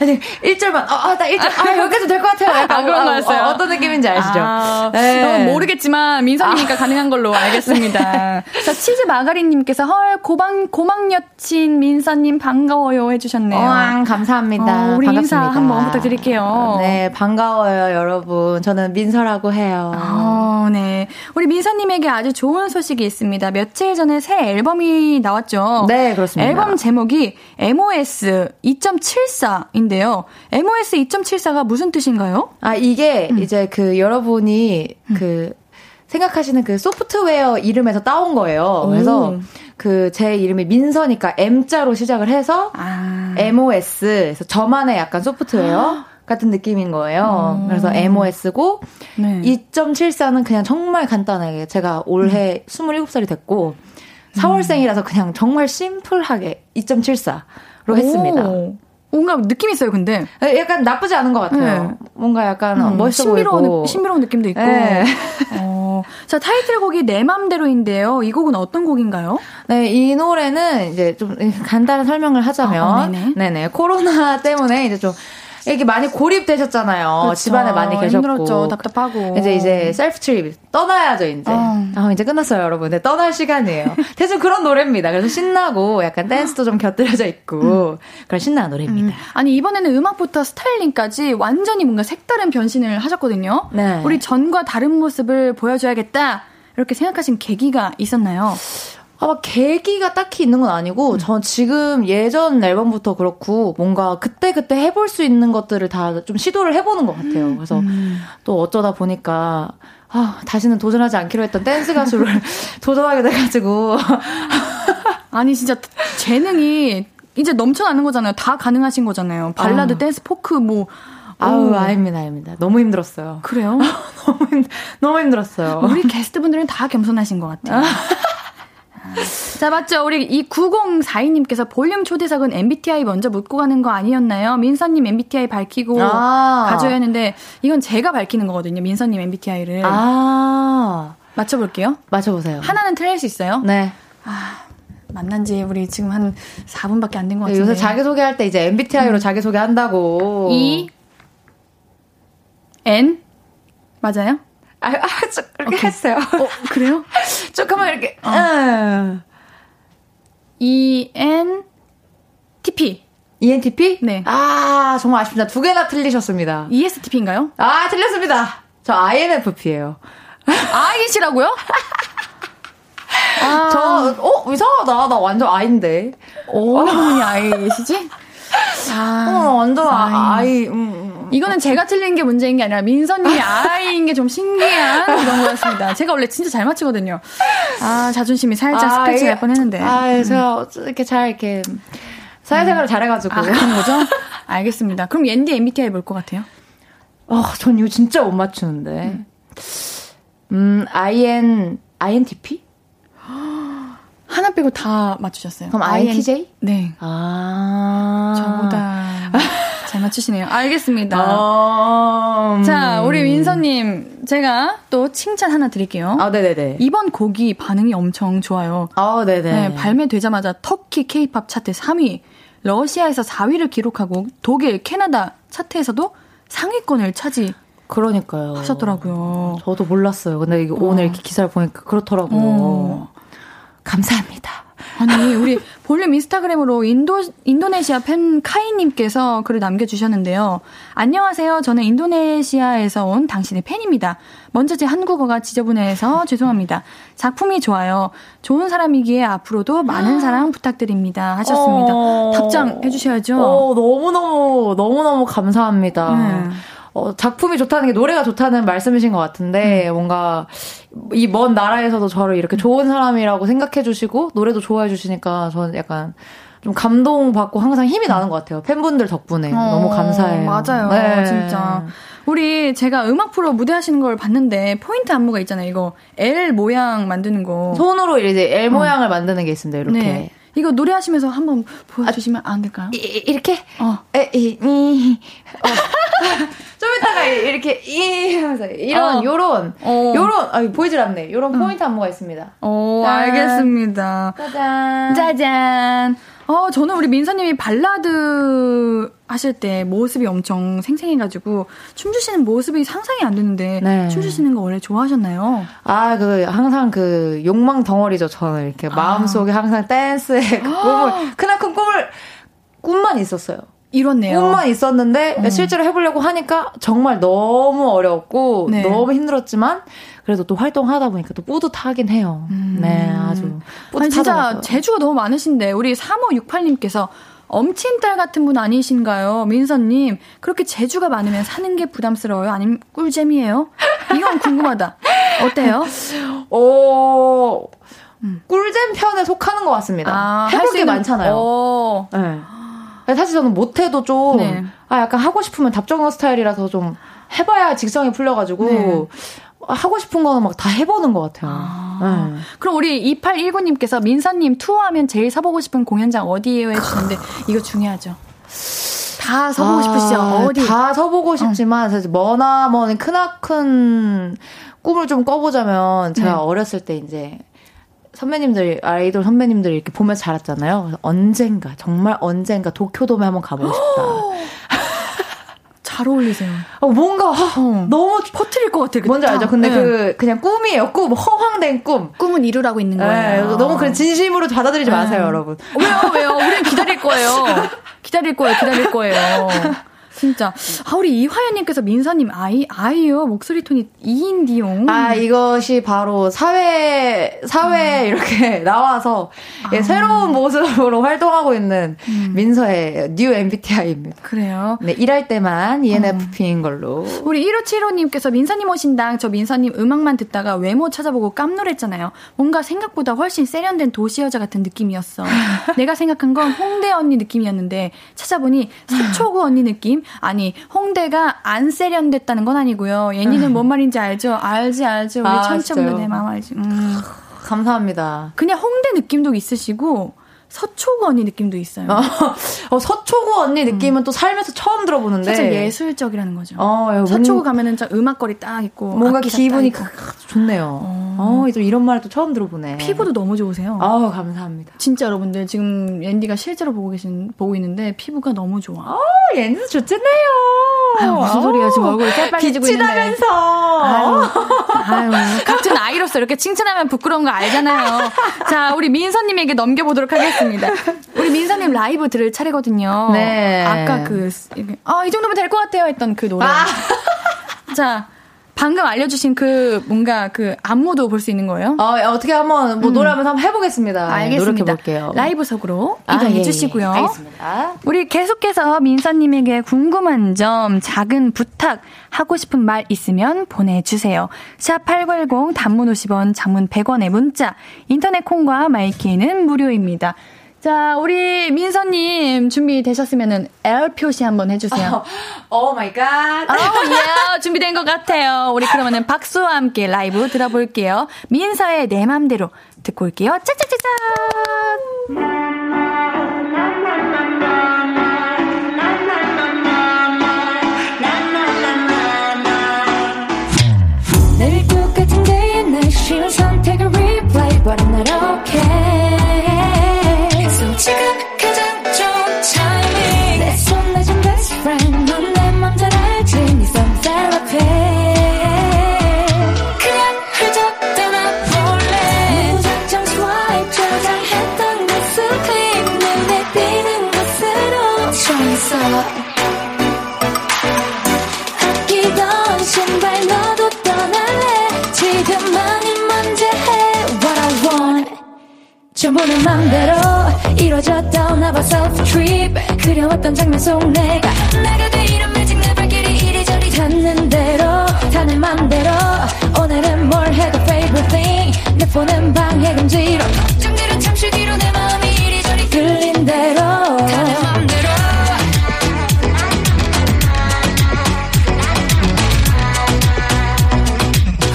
I: 아니, 1절만, 어, 어, 나 1절, 아, 여기까지 될 것 같아요.
A: 아, 그런 거였어요.
I: 어, 떤 느낌인지 아시죠? 아,
A: 네. 모르겠지만, 민서님이니까 아. 가능한 걸로 <laughs> 알겠습니다. 자, 치즈 마가린님께서, 헐, 고방, 고막 여친 민서님 반가워요 해주셨네요.
I: 어, 감사합니다.
A: 어, 우리
I: 반갑습니다.
A: 인사 한번 부탁드릴게요.
I: 네, 반가워요, 여러분. 저는 민서라고 해요. 아.
A: 어, 네. 우리 민서님에게 아주 좋은 소식이 있습니다. 며칠 전에 새 앨범이 나왔죠.
I: 네, 그렇습니다.
A: 앨범 제목이 MOS 2.74. 인데요. MOS 2.74가 무슨 뜻인가요?
I: 아, 이게 음. 이제 그 여러분이 음. 그 생각하시는 그 소프트웨어 이름에서 따온 거예요. 그래서 오. 그제 이름이 민서니까 M자로 시작을 해서 아. MOS, 그래서 저만의 약간 소프트웨어. 아. 같은 느낌인 거예요. 음. 그래서 MOS고 네. 2.74는 그냥 정말 간단하게 제가 올해 음. 27살이 됐고 4월생이라서 그냥 정말 심플하게 2.74로 오. 했습니다.
A: 뭔가 느낌 있어요, 근데. 뭐
I: 약간 나쁘지 않은 것 같아요. 네. 뭔가 약간 음, 멋있어
A: 신비로운,
I: 보이고.
A: 신비로운 느낌도 있고.
I: 네.
A: 어, 자, 타이틀곡이 내 맘대로인데요. 이 곡은 어떤 곡인가요?
I: 네, 이 노래는 이제 좀 간단한 설명을 하자면,
A: 아,
I: 어, 네네. 네네. 코로나 <laughs> 때문에 이제 좀 이게 많이 고립되셨잖아요. 그렇죠. 집안에 많이 계셨고.
A: 힘들었죠. 답답하고.
I: 이제 이제 셀프 트립 떠나야죠, 이제. 어. 아, 이제 끝났어요, 여러분. 네, 떠날 시간이에요. <laughs> 대신 그런 노래입니다. 그래서 신나고 약간 댄스도 좀 곁들여져 있고 음. 그런 신나는 노래입니다. 음.
A: 아니, 이번에는 음악부터 스타일링까지 완전히 뭔가 색다른 변신을 하셨거든요.
I: 네.
A: 우리 전과 다른 모습을 보여줘야겠다. 이렇게 생각하신 계기가 있었나요?
I: 아마 계기가 딱히 있는 건 아니고 전 지금 예전 앨범부터 그렇고 뭔가 그때 그때 해볼 수 있는 것들을 다 좀 시도를 해보는 것 같아요. 그래서 또 어쩌다 보니까 아 다시는 도전하지 않기로 했던 댄스 <laughs> 가수를 도전하게 돼가지고 <laughs>
A: 아니 진짜 재능이 이제 넘쳐나는 거잖아요. 다 가능하신 거잖아요. 발라드,
I: 아.
A: 댄스, 포크 뭐
I: 아우
A: 오.
I: 아닙니다 아닙니다 너무 힘들었어요. 음.
A: 그래요?
I: <laughs> 너무 힘, 너무 힘들었어요. 네.
A: 우리 게스트분들은 다 겸손하신 것 같아요. 자, 맞죠? 우리 이 9042님께서 볼륨 초대석은 MBTI 먼저 묻고 가는 거 아니었나요? 민서님 MBTI 밝히고
I: 아.
A: 가져야 했는데, 이건 제가 밝히는 거거든요. 민서님 MBTI를.
I: 아
A: 맞춰볼게요.
I: 맞춰보세요.
A: 하나는 틀릴 수 있어요.
I: 네.
A: 만난 지 우리 지금 한 4분밖에 안 된 것 같은데.
I: 네, 요새 음. 자기소개할 때 이제 MBTI로 자기소개 한다고.
A: E, N? 맞아요?
I: 아, 아, 저, 그렇게 했어요. 어.
A: 어, 그래요?
I: 조금만 이렇게.
A: E, N, T, P.
I: ENTP?
A: 네.
I: 아, 정말 아쉽습니다. 두 개나 틀리셨습니다.
A: E ESTP인가요?
I: 아, 틀렸습니다. 저 INFP예요.
A: 아이시라고요?
I: 저, 어, 이상하다. 나 완전 I인데.
A: 아. 어느 분이
I: <laughs>
A: 아이시지?
I: 어,
A: 아,
I: 완전 아, I. 음, 음.
A: 이거는 제가 틀린 게 문제인 게 아니라 민서님이 아이인 게 좀 <laughs> 신기한 그런 거였습니다. 제가 원래 진짜 잘 맞추거든요. 아, 예. 자존심이 살짝
I: 아,
A: 스크래치
I: 이게-
A: 날 뻔했는데. 음.
I: 아, 제가 어째 이렇게 잘, 이렇게. 사회생활을 잘해가지고.
A: 아, 그런 거죠? 알겠습니다. 그럼 옌디 MBTI 뭘 것 같아요?
I: <laughs> 어, 전 이거 진짜 못 맞추는데. 음, IN, INTP?
A: 하나 빼고 다 맞추셨어요.
I: 그럼 INTJ?
A: 네.
I: 아.
A: 저보다 잘 맞추시네요. 알겠습니다.
I: 아.
A: 자, 우리 민서님, 제가 또 칭찬 하나 드릴게요.
I: 아, 네네네.
A: 이번 곡이 반응이 엄청 좋아요.
I: 아, 네네.
A: 네, 발매되자마자 터키 케이팝 차트 3위, 러시아에서 4위를 기록하고 독일, 캐나다 차트에서도 상위권을 차지하셨더라고요.
I: 그러니까요. 저도 몰랐어요. 근데 이게 오늘 이렇게 기사를 보니까 그렇더라고요.
A: 어.
I: 감사합니다.
A: 아니, 우리 볼륨 인스타그램으로 인도, 인도네시아 팬 카이님께서 글을 남겨주셨는데요. 안녕하세요. 저는 인도네시아에서 온 당신의 팬입니다. 먼저 제 한국어가 지저분해서 죄송합니다. 작품이 좋아요. 좋은 사람이기에 앞으로도
I: 아.
A: 많은 사랑 부탁드립니다. 하셨습니다.
I: 어.
A: 답장해주셔야죠.
I: 어, 너무너무, 너무너무 감사합니다.
A: 네.
I: 어, 작품이 좋다는 게 노래가 좋다는 말씀이신 것 같은데,
A: 음.
I: 뭔가, 이 먼 나라에서도 저를 이렇게 좋은 사람이라고 생각해주시고, 노래도 좋아해주시니까, 저는 약간, 좀 감동받고 항상 힘이 나는 것 같아요. 팬분들 덕분에. 너무 감사해요.
A: 어, 맞아요,
I: 네.
A: 진짜. 우리 제가 음악 프로 무대 하시는 걸 봤는데 포인트 안무가 있잖아요. 이거 L 모양 만드는 거.
I: 손으로 이제 L 모양을 만드는 게 있습니다, 이렇게.
A: 음. 네. 이거 노래하시면서 한번 보여주시면 안 될까요?
I: 이, 이- 이렇게?
A: 어.
I: 에, 이, 이. 어. <laughs> 좀 이따가 이렇게, 이, 하면서. 이런,
A: 어.
I: 요런.
A: 어.
I: 요런, 아, 보이질 않네. 요런 포인트 안무가 있습니다.
A: 오,
I: 짠.
A: 알겠습니다.
I: 짜잔.
A: 어. 짜잔. 어, 저는 우리 민서님이 발라드 하실 때 모습이 엄청 생생해가지고 춤추시는 모습이 상상이 안 되는데
I: 네.
A: 춤추시는 거 원래 좋아하셨나요?
I: 아, 그, 항상 그, 욕망 덩어리죠, 저는. 이렇게 마음속에 항상 <gasps> 댄스의 그 꿈을, 그나큰 꿈을, 꿈만 있었어요. 음.
A: 이렇네요.
I: 꿈만 있었는데, 실제로 해보려고 하니까 정말 너무 어려웠고,
A: 네.
I: 너무 힘들었지만, 그래도 또 활동하다 보니까 또 뿌듯하긴 해요. 네, 아주.
A: 아니, 진짜
I: 뿌듯하더라고요.
A: 재주가 너무 많으신데 우리 3568님께서 엄친딸 같은 분 아니신가요? 민서님 그렇게 재주가 많으면 사는 게 부담스러워요? 아니면 꿀잼이에요? 이건 궁금하다.
I: <laughs>
A: 어때요?
I: 오, 어, 꿀잼 편에 속하는 것 같습니다.
A: 음. 아, 할수
I: 해볼 게
A: 있는-
I: 많잖아요.
A: 어.
I: 네. 근데 사실 저는 못해도 좀,
A: 네.
I: 아, 약간 하고 싶으면 답정어 스타일이라서 좀 해봐야 직성이 풀려가지고,
A: 네.
I: 하고 싶은 거는 막 다 해보는 것 같아요. 네.
A: 그럼 우리 2819님께서 민서님 투어하면 제일 서보고 싶은 공연장 어디예요? 해주셨는데 이거 중요하죠. 다 서보고 싶으시죠?
I: 아,
A: 어디?
I: 다 서보고 싶지만, 사실 머나먼 크나큰 꿈을 좀 꿔보자면, 제가
A: 네.
I: 어렸을 때 이제, 선배님들, 아이돌 선배님들 이렇게 보면서 자랐잖아요. 그래서 언젠가, 정말 언젠가 도쿄돔에 한번
A: <gasps>
I: 가보고 싶다.
A: 잘 어울리세요.
I: 어, 뭔가, 아,
A: 어.
I: 너무
A: 퍼뜨릴 것 같아요.
I: 뭔지
A: 딱.
I: 알죠? 근데
A: 네.
I: 그 그냥 꿈이에요. 꿈 허황된 꿈.
A: 꿈은 이루라고 있는
I: 예,
A: 거예요.
I: 너무 그런 진심으로 받아들이지
A: 네.
I: 마세요, 여러분.
A: 왜요, 왜요? 우리는 기다릴 거예요. 기다릴 거예요, 기다릴 거예요. 진짜. 아, 우리 이화연님께서 민서님, 아이, 아이요. 목소리 톤이 이인디용.
I: 아, 이것이 바로 사회, 사회에 이렇게 <laughs> 나와서 예, 새로운 모습으로 활동하고 있는 민서의 뉴 MBTI입니다.
A: 그래요.
I: 네, 일할 때만 ENFP인 걸로.
A: 우리 1575님께서 민서님 오신당 저 민서님 음악만 듣다가 외모 찾아보고 깜놀했잖아요. 뭔가 생각보다 훨씬 세련된 도시 여자 같은
I: <laughs>
A: 느낌이었어. 내가 생각한 건 홍대 언니 느낌이었는데 찾아보니 서초구 언니 느낌? 아니 홍대가 안 세련됐다는 건 아니고요. 예니는 뭔 말인지 알죠? 알지 알지 우리
I: 아,
A: 청취자분들
I: 진짜요?
A: 내 마음 알지. 음.
I: 감사합니다.
A: 그냥 홍대 느낌도 있으시고 서초구 언니 느낌도 있어요.
I: 어, 서초구 언니 느낌은 또 살면서 처음 들어보는데.
A: 살짝 예술적이라는 거죠.
I: 네. 어, 야,
A: 서초구
I: 뭔-
A: 가면은 저 음악거리 딱 있고
I: 뭔가
A: 악기가
I: 기분이
A: 딱 있고.
I: 가- 좋네요. 어, 또 이런 말을 또 처음 들어보네.
A: 피부도 너무 좋으세요.
I: 아우, 감사합니다.
A: 진짜 여러분들 지금 앤디가 실제로 보고 계신 보고 있는데 피부가 너무 좋아.
I: 어, 얘네도 좋잖아요. 어.
A: 아유, 무슨 소리야 지금 얼굴이 새빨개지고
I: 빛이
A: 있는데.
I: 나면서.
A: 아유, 아유, 같은 아이로서 이렇게 칭찬하면 부끄러운 거 알잖아요. 자, 우리 민서님에게 넘겨보도록 하겠습니다. 우리 민서님 라이브 들을 차례거든요.
I: 네.
A: 아까 그, 이게, 아, 이 정도면 될 것 같아요 했던 그 노래.
I: 아.
A: <laughs> 자, 방금 알려주신 그 뭔가 그 안무도 볼 수 있는 거예요?
I: 어, 어떻게 한번 뭐 노래 한번 한번 해보겠습니다.
A: 음. 아, 네,
I: 네,
A: 알겠습니다.
I: 노력해볼게요.
A: 라이브석으로
I: 아,
A: 이동해
I: 예, 예.
A: 주시고요.
I: 알겠습니다.
A: 우리 계속해서 민서님에게 궁금한 점, 작은 부탁, 하고 싶은 말 있으면 보내주세요. 샵8910 단문 50원, 장문 100원의 문자, 인터넷 콩과 마이키는 무료입니다. 자, 우리 민서님 준비되셨으면 L 표시 한번 해주세요.
I: 오 마이 갓.
A: 어, 예, 준비된 것 같아요. 우리 그러면은 박수와 함께 라이브 들어볼게요. 민서의 내 맘대로 듣고 올게요. 짜짜짜짜!
B: 매일 똑같은 데의 날 쉬운 선택을 replay But I'm not okay So 지금 가장 좋은 타이밍 내손 내준 best friend 넌내 맘잘 알지 네 삶은 therapy 그냥 흩어 떠나볼래 무작정 swipe 저장했던 모습이 눈에 띄는 것으로 청소 아끼던 신발 너도 떠날래 지금만이 먼저해 What I want 전부는 맘대로 이루어졌던 나봐 self trip 그려왔던 장면 속 내가 내가 돼 이런 매직 내 발길이 이리저리 닿는 대로 다내 맘대로 오늘은 뭘 해도 favorite thing 내 폰은 방해금지로 걱정들은 잠시 뒤로 내 마음이 이리저리 들린 대로 다내 맘대로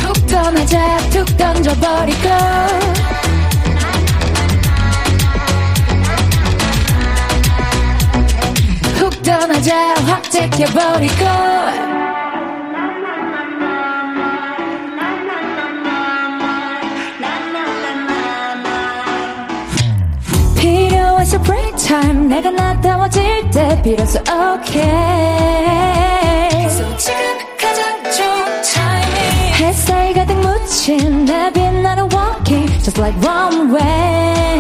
B: 훅 떠나자 툭 던져버리고 훅 떠나자 확 제껴버리고 필요해서 break time 내가 나다워질 때 비로소 okay so 지금 가장 좋은 타이밍 햇살 가득 묻힌 내 빛나는 walking just like one way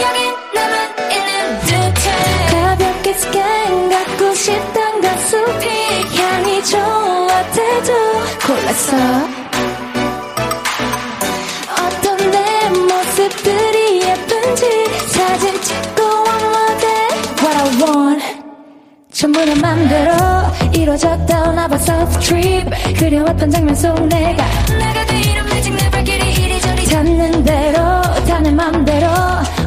B: 여긴 나만 있는 듯해 가볍게 스캔 갖고 싶던 가수픽 향이 좋은 라떼도 골랐어 어떤 내 모습들이 예쁜지 사진 찍고 올라대 What I want 전부 내 맘대로 이루어졌던 아바 self trip 그려왔던 장면 속 내가 내가 돼 이런 매직 내 발길이 이리저리 닿는 대로 다내 맘대로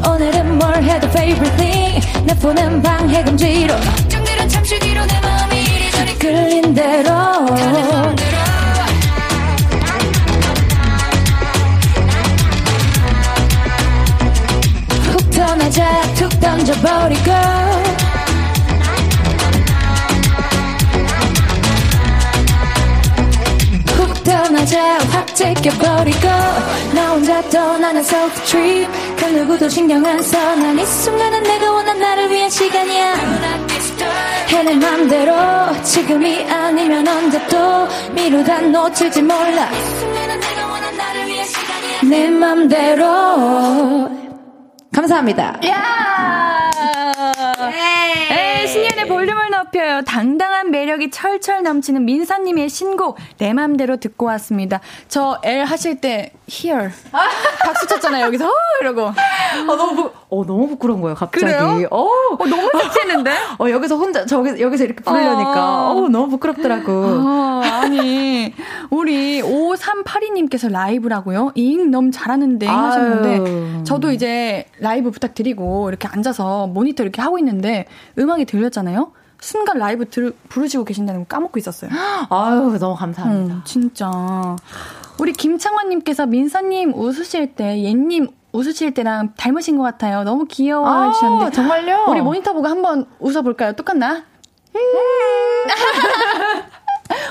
B: 오늘은 뭘 해도 favorite thing 내 폰은 방해금지로 걱정들은 잠시 뒤로 내 마음이 이리저리 끌린 대로 다내 맘대로 훅 떠나자 툭 던져버리고 훅 떠나자 확 제껴버리고 나 혼자 떠나는 self trip 그 누구도 신경 안써난 이 순간은 내가 원한 나를 위한 시간이야 해낼 맘대로 지금이 아니면 언제 또 미루다 놓칠지 몰라 이 순간은 내가 원한 나를 위한 시간이야 내 맘대로
I: 감사합니다.
A: 야! 에 신예은의 볼륨을 높여요. 당당한 매력이 철철 넘치는 민사님의 신곡 내 맘대로 듣고 왔습니다. 저 L 하실 때 here 박수 쳤잖아요. 여기서 아. 어, 이러고
I: 어, 너무, 부, 어, 너무 부끄러운 거예요, 갑자기.
A: 그래요?
I: 어,
A: 어, 너무 섹시했는데?
I: <laughs> 어, 여기서 혼자, 저기, 여기서 이렇게 부르려니까.
A: 어.
I: 어, 너무 부끄럽더라고.
A: 아, 아니 우리 5382님께서 라이브라고요? 잉 너무 잘하는데 잉 하셨는데
I: 아유.
A: 저도 이제 라이브 부탁드리고 이렇게 앉아서 모니터 이렇게 하고 있는데 음악이 들렸잖아요. 순간 라이브 들, 부르시고 계신다는 걸 까먹고 있었어요.
I: 아유, 너무 감사합니다.
A: 음, 진짜. 우리 김창원님께서 민서님 웃으실 때, 옌님 웃으실 때랑 닮으신 것 같아요. 너무 귀여워
I: 아,
A: 해주셨는데.
I: 정말요?
A: 우리 모니터 보고 한번 웃어볼까요? 똑같나? 음. <laughs>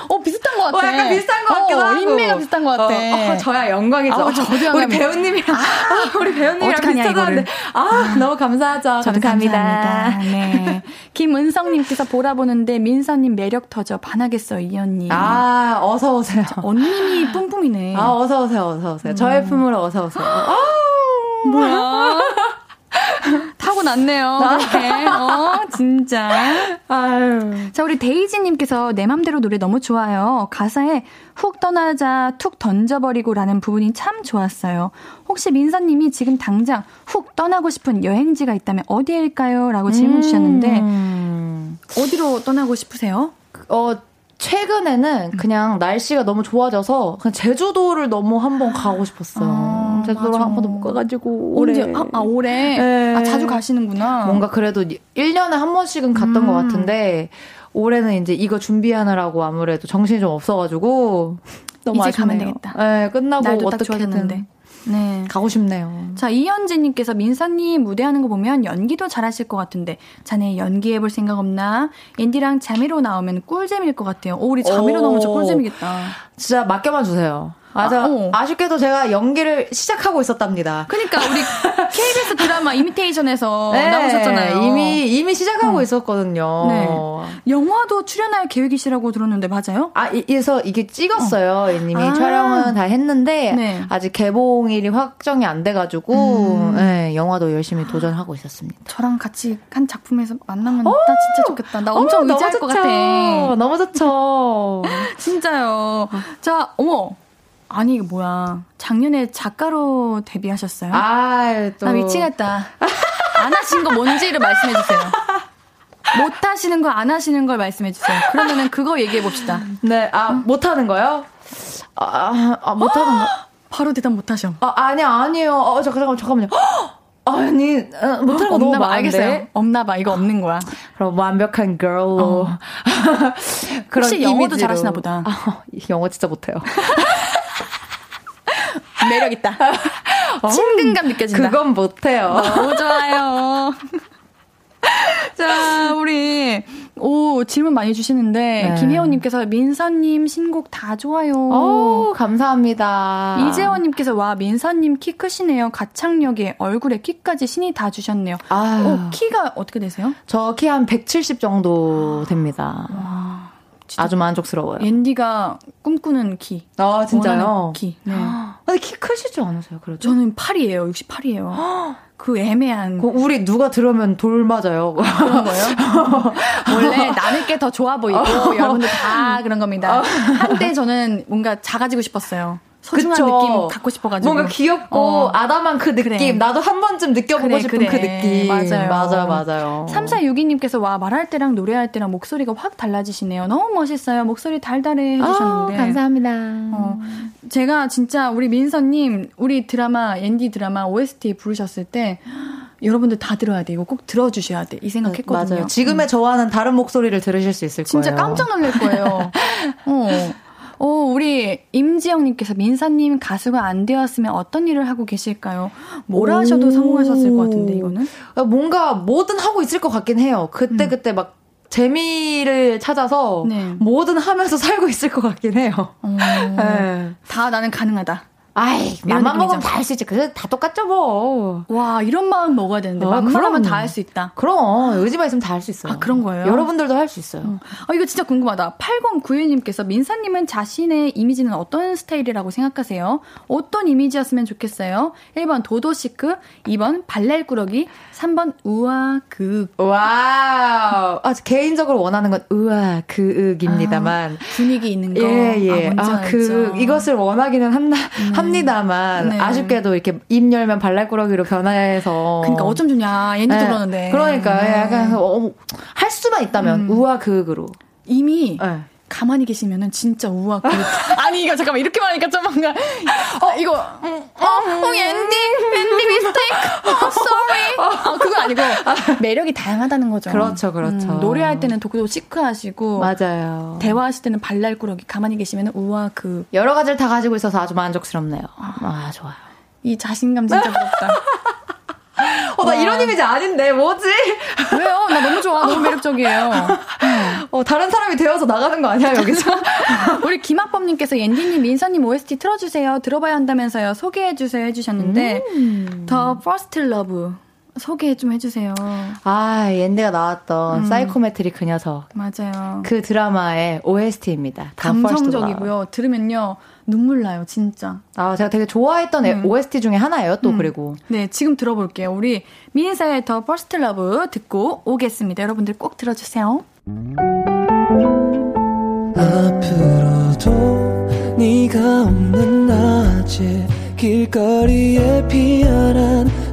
A: 어, 비슷한 것 같아.
I: 어, 약간 비슷한 것 같기도
A: 어,
I: 하고.
A: 인매가 비슷한 것 같아.
I: 어, 어, 저야 영광이죠.
A: 아, 저도
I: 우리
A: 영광입니다.
I: 배우님이랑, 아, 우리 배우님이랑
A: 어떡하냐,
I: 비슷하다는데. 아, 너무 감사하죠.
A: 저도
I: 감사합니다.
A: 감사합니다. 네.
I: <laughs>
A: 김은성님께서 보라보는데 민서님 매력 터져 반하겠어, 이 언니.
I: 아, 어서오세요.
A: 언님이 뿜뿜이네.
I: 아, 어서오세요, 어서오세요. 저의
A: 음.
I: 품으로 어서오세요. 아,
A: 뭐야? <laughs> 타고났네요. 그렇게. 어, 진짜.
I: 아유.
A: 자, 우리 데이지님께서 내 맘대로 노래 너무 좋아요. 가사에 훅 떠나자, 툭 던져버리고 라는 부분이 참 좋았어요. 혹시 민서님이 지금 당장 훅 떠나고 싶은 여행지가 있다면 어디일까요? 라고 질문 주셨는데,
I: 음.
A: 어디로 떠나고 싶으세요?
I: 어 최근에는 그냥 날씨가 너무 좋아져서 그냥 제주도를 너무 한번 가고 싶었어요.
A: 아,
I: 제주도를
A: 맞아.
I: 한 번도 못 가가지고 올해
A: 언제? 아, 아, 올해? 음,
I: 네.
A: 아, 자주 가시는구나.
I: 뭔가 그래도 1년에 한 번씩은 갔던 것
A: 음.
I: 같은데 올해는 이제 이거 준비하느라고 아무래도 정신이 좀 없어가지고 너무
A: 이제 가면
I: 아쉽네요.
A: 되겠다.
I: 네, 끝나고
A: 날도 딱
I: 어떻게든
A: 좋아졌는데. 네.
I: 가고 싶네요.
A: 자, 이현진님께서 민서님 무대하는 거 보면 연기도 잘하실 것 같은데, 자네 연기해볼 생각 없나? 앤디랑 자매로 나오면 꿀잼일 것 같아요. 오, 우리 자매로
I: 오.
A: 나오면 진짜 꿀잼이겠다.
I: 진짜 맡겨만 주세요. 아,
A: 아, 어.
I: 아, 쉽게도 제가 연기를 시작하고 있었답니다.
A: 그니까, 그러니까 <laughs> 우리 KBS 드라마 이미테이션에서
I: 네,
A: 어, 나오셨잖아요. 어.
I: 이미 이미 시작하고 있었거든요.
A: 네. 영화도 출연할 계획이시라고 들었는데, 맞아요?
I: 아, 이- 그래서 이게 찍었어요. 이님이
A: 아.
I: 촬영은 다 했는데
A: 네.
I: 아직 개봉일이 확정이 안 돼가지고
A: 음.
I: 예, 영화도 열심히 도전하고 있었습니다.
A: 저랑 같이 한 작품에서 만나면 나 진짜 어! 좋겠다.
I: 아,
A: 나 엄청
I: 어머,
A: 의지할
I: 너무
A: 것
I: 좋죠.
A: 같아. <laughs>
I: 너무 좋죠.
A: 진짜요. 자, 어머. 아니, 이게 뭐야. 작년에 작가로 데뷔하셨어요?
I: <laughs> 아, 또
A: 나 미치겠다. 안 하신 거 뭔지를 말씀해 주세요. 못 하시는 거 안 하시는 걸 말씀해 주세요. 그러면은 그거 얘기해 봅시다.
I: 네,
A: 어.
I: 아 못하는 거요? 아, 아 못하는 거?
A: 바로 대답 못 하셔.
I: 아 아니 아니에요. 어, 저 잠깐만 잠깐만요. <gasps> 아니 어, 못하는 거 너무
A: 없나 봐.
I: 많은데.
A: 알겠어요. 없나 봐. 이거 없는 거야.
I: 그럼 완벽한 girl로. <laughs> 그런
A: 어. 혹시 영어도
I: 이미지로.
A: 잘하시나 보다.
I: 아, <laughs> 영어 진짜 못해요.
A: <laughs> 매력
I: <laughs>
A: 있다. 친근감 느껴진다.
I: 어, 그건 못해요.
A: 너무 좋아요. 자, 우리 오 질문 많이 주시는데
I: 네.
A: 김혜원님께서 민서님 신곡 다 좋아요. 어.
I: 오, 감사합니다.
A: 이재원님께서 와 민서님 키 크시네요. 가창력에 얼굴에 키까지 신이 다 주셨네요.
I: 아,
A: 어, 키가 어떻게 되세요?
I: 저키 한 170 정도 됩니다. 아주 만족스러워요.
A: 앤디가 꿈꾸는 키.
I: 아,
A: 원하는 키. 네.
I: 근데 키 크시지 않으세요, 그래도?
A: 저는 8이에요. 68이에요. 그 애매한
I: 그 우리 누가 들으면 돌 맞아요.
A: 그런 거예요. <laughs> 어. 원래 남의 게 더 좋아 보이고 여러분들 다 그런 겁니다. 한때 저는 뭔가 작아지고 싶었어요. 소중한
I: 그쵸?
A: 느낌 갖고 싶어가지고.
I: <laughs> 뭔가 귀엽고
A: 어.
I: 아담한 그 느낌.
A: 그래.
I: 나도 한 번쯤 느껴보고
A: 그래,
I: 싶은
A: 그래.
I: 그 느낌.
A: 맞아요.
I: 맞아요, 맞아요.
A: 3462님께서 와 말할 때랑 노래할 때랑 목소리가 확 달라지시네요. 너무 멋있어요. 목소리 달달해 해주셨는데.
I: 아, 감사합니다.
A: 어, 제가 진짜 우리 민서님 우리 드라마 엔디 드라마 OST 부르셨을 때 여러분들 다 들어야 돼 이거 꼭 들어주셔야 돼 이 생각했거든요.
I: 맞아요. 음. 지금의 저와는 다른 목소리를 들으실 수 있을
A: 진짜
I: 거예요.
A: 깜짝 놀랄
I: <laughs>
A: 거예요. 어. 어, 우리 임지영님께서 민사님 가수가 안 되었으면 어떤 일을 하고 계실까요? 뭘 하셔도
I: 오.
A: 성공하셨을 것 같은데 이거는
I: 아, 뭔가 뭐든 하고 있을 것 같긴 해요. 그때 그때 막 재미를 찾아서
A: 네.
I: <laughs> 뭐든 하면서 살고 있을 것 같긴 해요.
A: 어,
I: 네.
A: 다 나는 가능하다.
I: 아이,
A: 이런
I: 맘만 먹으면
A: 느낌이죠.
I: 다 할 수 있지. 그 다 똑같죠 뭐.
A: 와, 이런 마음 먹어야 되는데.
I: 아,
A: 맘만
I: 그럼.
A: 하면 다 할 수 있다.
I: 그럼 의지만 있으면 다 할 수 있어요.
A: 아, 그런 거예요?
I: 여러분들도 할 수 있어요.
A: 아, 이거 진짜 궁금하다. 8091님께서 민사님은 자신의 이미지는 어떤 스타일이라고 생각하세요? 어떤 이미지였으면 좋겠어요? 1번 도도시크, 2번 발랄꾸러기, 3번 우아극.
I: 와우. 아, 개인적으로 원하는 건 으아 그윽입니다만.
A: 분위기 있는 거.
I: 예, 예.
A: 아, 뭔지
I: 아, 그,
A: 알죠. 음.
I: 이것을 원하기는 한니다만
A: 네.
I: 아쉽게도 이렇게 입 열면 발랄꾸러기로 변화해서.
A: 그러니까 어쩜 좋냐. 얘네도
I: 예.
A: 그러는데.
I: 그러니까, 예,
A: 네. 음.
I: 약간, 어, 할 수만 있다면, 우아 그윽으로.
A: 이미
I: 예.
A: 가만히 계시면은 진짜 우악. <laughs> 아니 이거 잠깐만 이렇게 말하니까 좀 뭔가 어 이거 어, 어 엔딩 엔딩 미스테이크. 어 sorry. 어 그건 아니고 매력이 다양하다는 거죠.
I: 그렇죠, 그렇죠.
A: 음, 노래할 때는 독도 시크하시고
I: 맞아요.
A: 대화하실 때는 발랄꾸러기 가만히 계시면은 우와 그 이
I: 여러 가지를 다 가지고 있어서 아주 만족스럽네요. 아, 좋아요.
A: 자신감 진짜 부럽다. <laughs>
I: 어, 나 이런 이미지 아닌데, 뭐지?
A: 왜요? 나 너무 좋아. 너무 매력적이에요.
I: 어, 다른 사람이 되어서 나가는 거 아니야, 여기서?
A: 우리 김학범님께서 옌디님, 민서님 OST 틀어주세요. 들어봐야 한다면서요. 소개해주세요 해주셨는데, 더 퍼스트 러브 소개 좀 해주세요.
I: <laughs> 아, 옌데가 나왔던 사이코메트릭 그 녀석.
A: 맞아요.
I: 그 드라마의 OST입니다.
A: 감성적이고요. 들으면요. 눈물 나요, 진짜.
I: 아, 제가 되게 좋아했던 OST 중에 하나예요, 또 그리고.
A: 네, 지금 들어볼게요. 우리 민사의 더 퍼스트 러브 듣고 오겠습니다. 여러분들 꼭 들어주세요.
J: 앞으로도 네가 없는 낮에 길거리에 피어난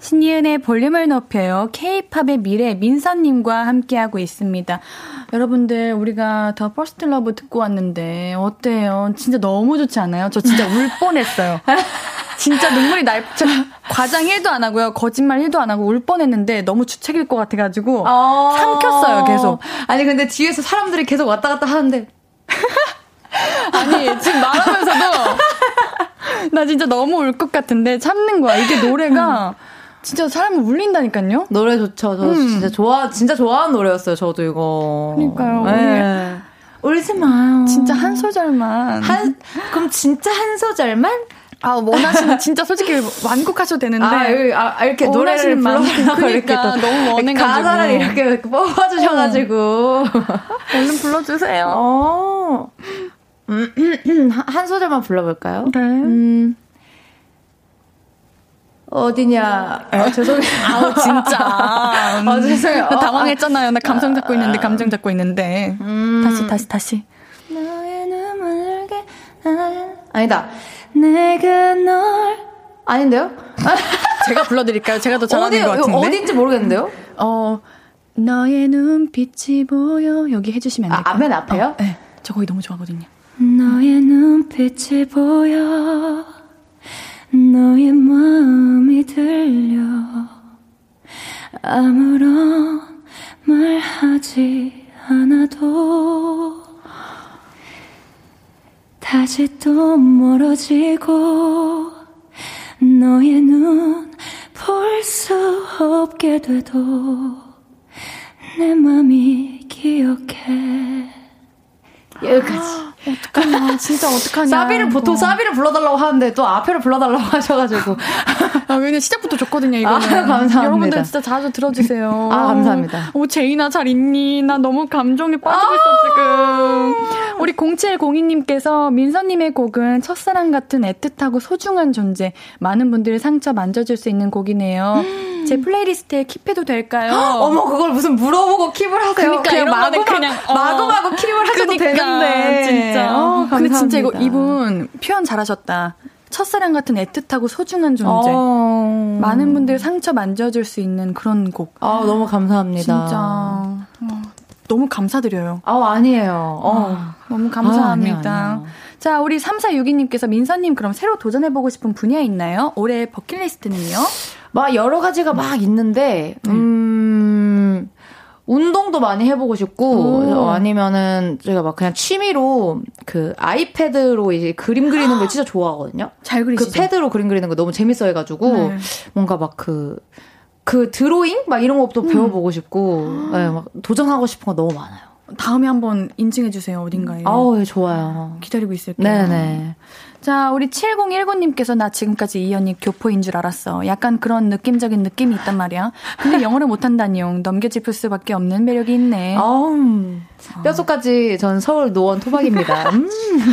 A: 신이은의 볼륨을 높여요. K-팝의 미래 민서님과 함께하고 있습니다. 여러분들 우리가 더 퍼스트 러브 듣고 왔는데 어때요? 진짜 너무 좋지 않아요? 저 진짜
I: <laughs>
A: 울 뻔했어요. 진짜 눈물이 날 저, 과장 1도 안 하고요. 거짓말 1도 안 하고 울 뻔했는데 너무 주책일 것 같아가지고 삼켰어요 계속.
I: 아니, 근데 뒤에서 사람들이 계속 왔다 갔다 하는데.
A: <laughs> 아니 지금
I: <laughs>
A: 말하면서도 나 진짜 너무 울 것 같은데 참는 거야. 이게 노래가 진짜 사람을 울린다니까요.
I: 노래 좋죠. 저 진짜 좋아, 진짜 좋아하는 노래였어요, 저도 이거.
A: 그러니까요.
I: 예. 울지 마요.
A: 어. 네. 진짜 한 소절만
I: 한, 그럼 진짜 한 소절만?
A: 아, 원하시는 진짜 솔직히 완곡하셔도 되는데.
I: 아, 여기, 아, 아, 이렇게
A: 원하시는
I: 노래를 불러달라고
A: 만큼
I: 이렇게
A: <laughs> 그러니까
I: 또
A: 너무 원해가지고. 어.
I: 가사를 이렇게 뽑아주셔가지고
A: 얼른 불러주세요.
I: 어. 음, 한 소절만 불러볼까요?
A: 네.
I: 음. 어디냐? 아, 죄송해요.
A: 아우, 진짜.
I: 아, 죄송해요.
A: 나 당황했잖아요. 나 감정 잡고 있는데, 감정 잡고 있는데.
I: 음.
A: 다시, 다시, 다시.
I: 아니다. 내가 널 아닌데요?
A: 제가 불러드릴까요? 제가 더 잘하는
I: 어디
A: 것 같은데.
I: 어디인지 모르겠는데요?
A: 어, 너의 눈빛이 보여. 여기 해주시면 안
I: 아,
A: 될까요?
I: 앞면 앞에요?
A: 네. 저 거기 너무 좋아하거든요.
B: 너의 눈빛이 보여 너의 마음이 들려 아무런 말 하지 않아도 다시 또 멀어지고 너의 눈 볼 수 없게 돼도 내 맘이 기억해
I: 여기까지. 아,
A: 어떡하냐. 진짜 어떡하냐.
I: 사비를 보통 사비를 불러달라고 하는데 또 앞에를 불러달라고 <laughs> 하셔가지고
A: 아, 왜냐면 시작부터 좋거든요, 이거는.
I: 아, 감사합니다.
A: 여러분들 진짜 자주 들어주세요.
I: <laughs> 아, 감사합니다.
A: 오, 제이나 잘 있니? 나 너무 감정에 빠지고
I: 아!
A: 있어, 지금. 우리 0702님께서 민서님의 곡은 첫사랑 같은 애틋하고 소중한 존재. 많은 분들을 상처 만져줄 수 있는 곡이네요. 제 플레이리스트에 킵해도 될까요?
I: 음. <gasps> 어머 그걸 무슨 물어보고 킵을 하세요?
A: 그러니까 이런 거는
I: 마구마구-
A: 그냥, 어.
I: 마구마구 킵을 하셔도
A: 그러니까,
I: 되는데
A: 진짜.
I: 어,
A: 근데 진짜
I: 감사합니다.
A: 이거 이분 표현 잘하셨다. 첫사랑 같은 애틋하고 소중한 존재.
I: 어.
A: 많은 분들 상처 만져줄 수 있는 그런 곡.
I: 아 너무 감사합니다.
A: 진짜. 어, 너무 감사드려요.
I: 아, 아니에요. 어. 아,
A: 너무 감사합니다. 아, 아니야, 아니야. 자, 우리 3462님께서 민서님 그럼 새로 도전해보고 싶은 분야 있나요? 올해 버킷리스트는요?
I: 막 여러 가지가 막 있는데, 음, 운동도 많이 해보고 싶고, 아니면은 제가 막 그냥 취미로 그 아이패드로 이제 그림 그리는 걸 진짜 좋아하거든요.
A: 잘 그리시죠?
I: 그 패드로 그림 그리는 거 너무 재밌어 해가지고, 네. 뭔가 막 그, 그 드로잉? 막 이런 것도 음. 배워보고 싶고, 네, 막 도전하고 싶은 거 너무 많아요.
A: 다음에 한번 인증해주세요, 어딘가에.
I: 아우, 예, 좋아요.
A: 기다리고 있을게요.
I: 네네.
A: 자, 우리 7019님께서 나 지금까지 이 언니 교포인 줄 알았어. 약간 그런 느낌적인 느낌이 있단 말이야. 근데 영어를 못한다니용. 넘겨짚을 수밖에 없는 매력이 있네.
I: 아우, 어. 뼛속까지 전 서울 노원 <laughs> 토박입니다. 음.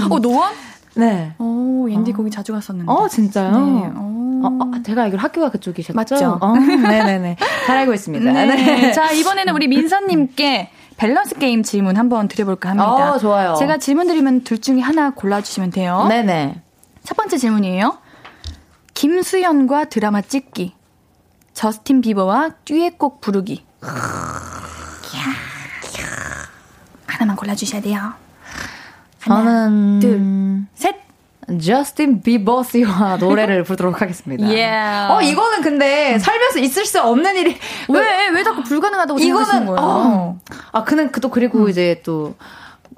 A: 어, 노원?
I: 네.
A: 오, 인디 어. 거기 자주 갔었는데.
I: 어, 진짜요? 네. 어. 어, 제가 알기로 학교가 그쪽이셨죠?
A: 맞죠?
I: 어, <laughs> 네네네. 잘 알고 있습니다.
A: 네. 네. 자, 이번에는 우리 민서님께 밸런스 게임 질문 한번 드려볼까 합니다.
I: 어, 좋아요. 어?
A: 제가 질문 드리면 둘 중에 하나 골라주시면 돼요.
I: 네네.
A: 첫 번째 질문이에요. 김수현과 드라마 찍기. 저스틴 비버와 듀엣곡 부르기. 하나만 골라주셔야 돼요. 하나,
I: 저는
A: 둘, 셋.
I: 저스틴 비버 씨와 노래를 부르도록 하겠습니다.
A: Yeah.
I: 어 이거는 근데 살면서 있을 수 없는 일이 네.
A: 왜왜 왜 자꾸 불가능하다고 이거는, 생각하시는 거예요? 어.
I: 아 그는 또 그리고 음. 이제 또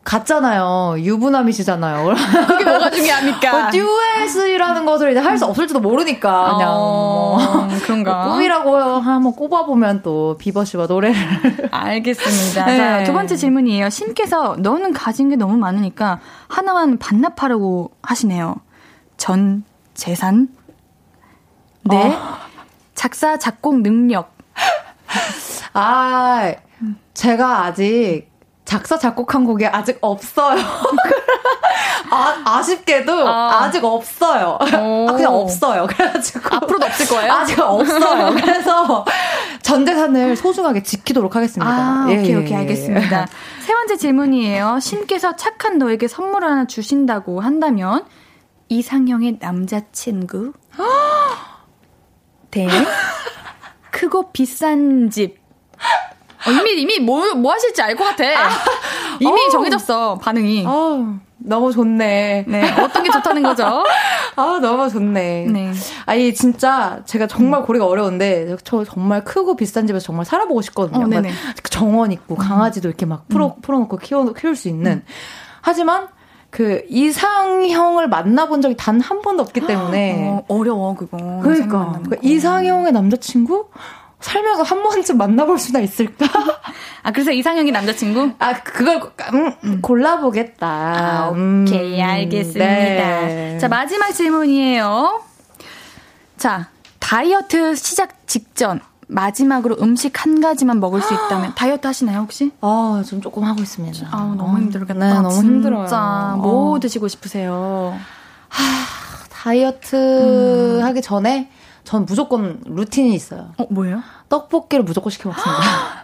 I: 같잖아요. 유부남이시잖아요.
A: <laughs> 그게 뭐가 중요합니까?
I: 어, 듀엣이라는 것을 이제 할 수 없을지도 모르니까 그냥 어,
A: 뭐 그런가
I: <laughs> 뭐 꿈이라고 한번 꼽아보면 또 비버 씨와 노래를
A: 알겠습니다. 네. 자, 두 번째 질문이에요. 신께서 너는 가진 게 너무 많으니까 하나만 반납하라고 하시네요. 전 재산 네 어. 작사 작곡 능력
I: 아 제가 아직 작사 작곡한 곡이 아직 없어요. <laughs> 아, 쉽게도 아. 직 없어요. 아, 그냥 없어요. 그래가지고
A: 앞으로도 없을 거예요.
I: 아직 없어요. 그래서 전 재산을 소중하게 지키도록 하겠습니다.
A: 아, 예, 오케이 오케이 <laughs> 알겠습니다. 세 번째 질문이에요. 신께서 착한 너에게 선물 하나 주신다고 한다면 이상형의 남자친구 <gasps> <laughs> 대 크고 비싼 집 어, 이미 이미 뭐, 뭐 하실지 알 것 같아. 아, 이미 오, 정해졌어 반응이.
I: 어, 너무 좋네.
A: 네, 어떤 게 좋다는 <laughs> 거죠?
I: 아 너무 좋네. 네. 아니 진짜 제가 정말 고리가 어려운데 저 정말 크고 비싼 집에서 정말 살아보고 싶거든요. 어, 정원
A: 음.
I: 있고 강아지도 이렇게 막 풀어 음. 풀어놓고 키워 키울 수 있는. 음. 하지만 그 이상형을 만나본 적이 단 한 번도 없기 때문에
A: 어, 려워 그거.
I: 그러니까, 그러니까 이상형의 남자친구? 살면서 한 번쯤 만나볼 수나 있을까? <laughs>
A: 아, 그래서 이상형이 남자친구?
I: 아, 그걸 음, 음. 골라보겠다. 아,
A: 오케이, 음, 알겠습니다. 네. 자, 마지막 질문이에요. 자, 다이어트 시작 직전. 마지막으로 음식 한 가지만 먹을 수 <gasps> 있다면 다이어트 하시나요 혹시?
I: 아, 좀 조금 하고 있습니다.
A: 아, 너무 힘들겠다. 네, 너무 진짜. 힘들어요. 뭐 어. 드시고 싶으세요?
I: 하,
A: 음.
I: 다이어트 하기 전에 전 무조건 루틴이 있어요.
A: 어, 뭐예요?
I: 떡볶이를 무조건 시켜 먹습니다.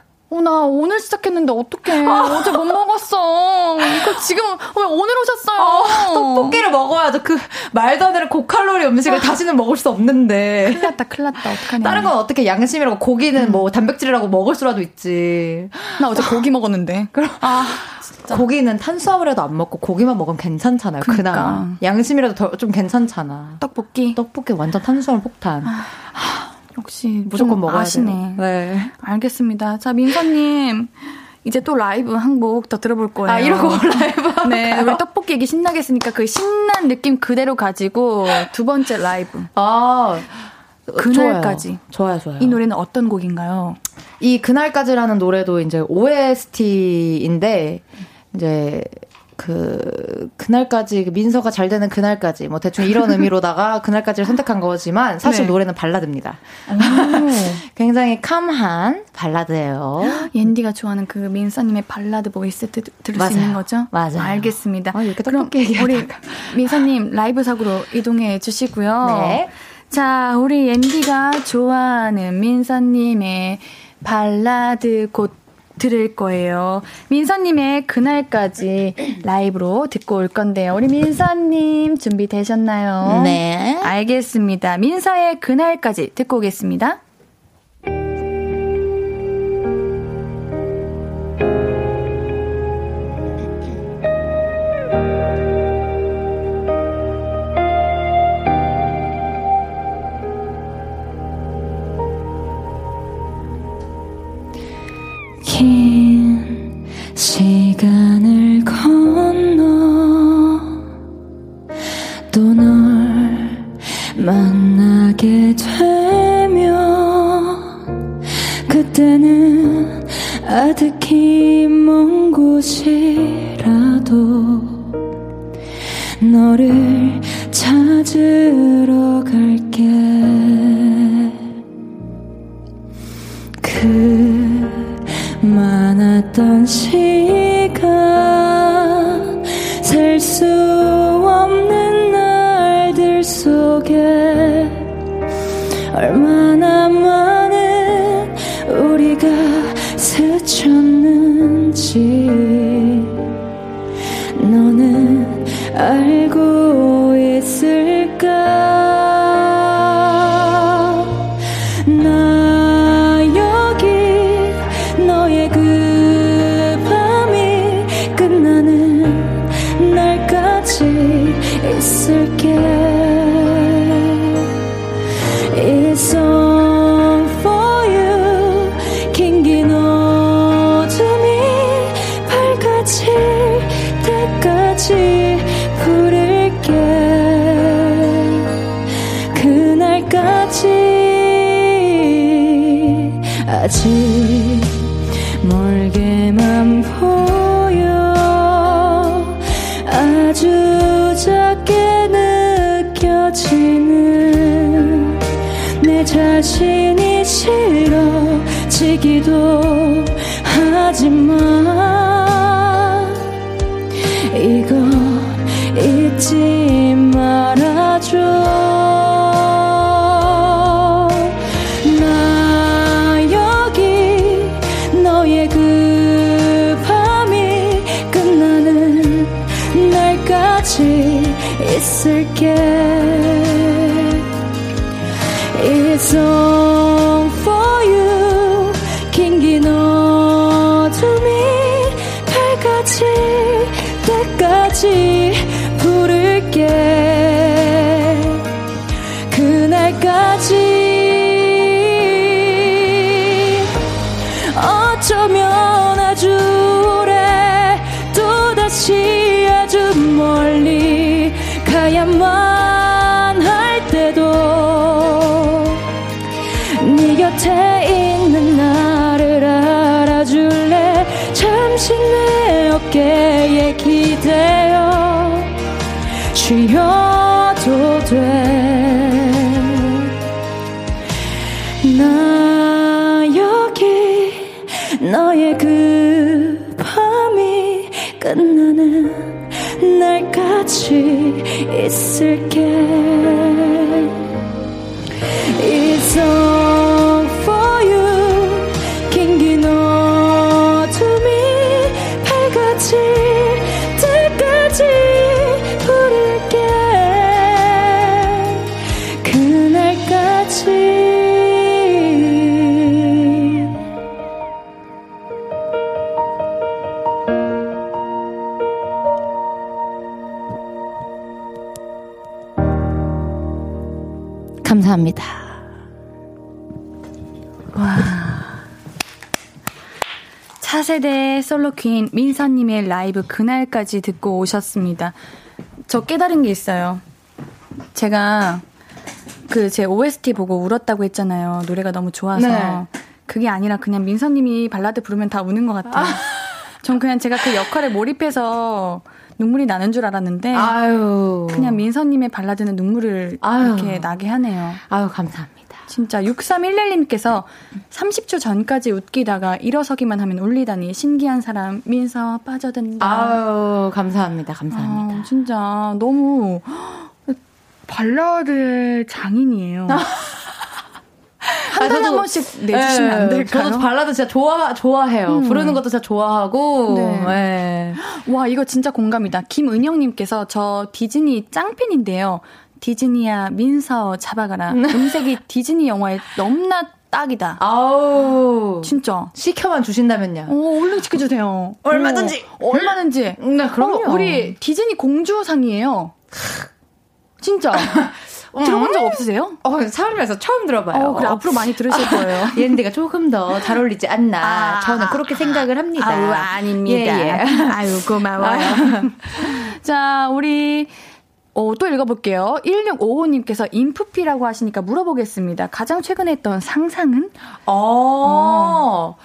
A: <gasps> 어, 나 오늘 시작했는데 어떡해. 어제 못 먹었어. 이거 지금, 왜 오늘 오셨어요? 어,
I: 떡볶이를 먹어야죠. 그, 말도 안 되는 고칼로리 음식을 다시는 먹을 수 없는데.
A: 아. 큰일 났다, 큰일 났다. 어떡하냐.
I: 다른 건 어떻게 양심이라고 고기는 음. 뭐 단백질이라고 먹을 수라도 있지.
A: 나 어제 고기 먹었는데.
I: 그럼. 아. 진짜. 고기는 탄수화물이라도 안 먹고 고기만 먹으면 괜찮잖아요. 그러니까. 그나마 양심이라도 더, 좀 괜찮잖아.
A: 떡볶이.
I: 떡볶이 완전 탄수화물 폭탄.
A: 아, 하, 역시
I: 무조건 먹어야
A: 아시네.
I: 돼요.
A: 네. 알겠습니다. 자 민서님. 이제 또 라이브 한 곡 더 들어볼 거예요.
I: 아, 이러고 <laughs> 라이브?
A: 네, 우리 떡볶이 얘기 신나게 했으니까 그 신난 느낌 그대로 가지고 두 번째 라이브.
I: 아,
A: 그날까지.
I: 좋아요, 좋아요. 좋아요.
A: 이 노래는 어떤 곡인가요?
I: 이 그날까지라는 노래도 이제 OST인데 이제 그 그날까지 민서가 잘 되는 그날까지 뭐 대충 이런 <laughs> 의미로다가 그날까지를 선택한 거지만 사실 네. 아. 노래는 발라드입니다. <laughs> 굉장히 캄한 발라드예요.
A: 옌디가 좋아하는 그 민서님의 발라드 보이스 드, 들을 맞아요. 수 있는 거죠?
I: 맞아요.
A: 알겠습니다.
I: 아, 이렇게 그럼 우리
A: 민서님 라이브 사고로 이동해 주시고요. 네. 자, 우리 옌디가 좋아하는 민서님의 발라드 곧 들을 거예요. 민서님의 그날까지 라이브로 듣고 올 건데요. 우리 민서님 준비되셨나요?
I: 네.
A: 알겠습니다. 민서의 그날까지 듣고 오겠습니다.
B: 또 널 만나게 되면 그때는 아득히 먼 곳이라도 너를 찾으러 갈게 그 많았던 시간 셀 수 없는 날들 속에 얼마나 많은 우리가 스쳤는지 너는 알고 있을까 나 여기 너의 그 밤이 끝나는 날까지 있을게 It's all for you 긴긴 어둠이 밝아질 때까지 부를게 그날까지 아직 멀게만 보여 아주 작게 느껴지는 내 자신이 싫어지기도 하지만 이거 잊지 말아줘 나 여기 너의 그 밤이 끝나는 날까지 있을게 It's all for you 긴긴 어둠이 밝아질 때까지 부를게 그날까지 어쩌면 아주 오래 또다시 아주 멀리 가야만 할 때도 네 곁에 있는 나를 알아줄래 잠시 내 어깨에 기대어 쉬어도 돼나 여기 너의 그 밤이 끝나는 날까지 있을게 It's all for you 긴긴 어둠이 밝아질 때까지 부를게 그날까지
I: 감사합니다.
A: 차세대 솔로 퀸 민서님의 라이브 그날까지 듣고 오셨습니다. 저 깨달은 게 있어요. 제가 그 제 OST 보고 울었다고 했잖아요. 노래가 너무 좋아서.
I: 네.
A: 그게 아니라 그냥 민서님이 발라드 부르면 다 우는 것 같아요. 전 그냥 제가 그 역할에 몰입해서 눈물이 나는 줄 알았는데
I: 아유.
A: 그냥 민서님의 발라드는 눈물을
I: 아유.
A: 이렇게 나게 하네요.
I: 아유, 감사합니다.
A: 진짜 6311님께서 30초 전까지 웃기다가 일어서기만 하면 울리다니 신기한 사람 민서 빠져든다.
I: 아유, 감사합니다. 감사합니다.
A: 아, 진짜 너무 발라드 장인이에요. 한 달에 한
I: 아, 저도-
A: 번씩 내주시면
I: 예,
A: 안 될까요?
I: 저도 발라드 진짜 좋아, 좋아해요. 부르는 것도 진짜 좋아하고.
A: 네.
I: 예.
A: 와, 이거 진짜 공감이다. 김은영님께서 저 디즈니 짱팬인데요. 디즈니야 민서 잡아가라. 음색이 디즈니 영화에 넘나 딱이다.
I: 아우.
A: 진짜.
I: 시켜만 주신다면요.
A: 오, 어, 얼른 지켜주세요.
I: 얼마든지.
A: 오, 얼마든지.
I: 네, 그럼요.
A: 어, 우리 디즈니 공주상이에요. <laughs> 진짜. 들어본 적 없으세요?
I: 어, 사람이라서 처음 들어봐요.
A: 음. 어, 그래, 앞으로 많이 들으실 거예요.
I: <laughs> 얘네가 조금 더 잘 어울리지 않나. 저는 그렇게 생각을 합니다.
A: 아유, 아닙니다.
I: 예, 예.
A: <laughs> 아유, 고마워요. 자, 우리 어, 또 읽어볼게요. 1655님께서 인프피라고 하시니까 물어보겠습니다. 가장 최근에 했던 상상은?
I: 어.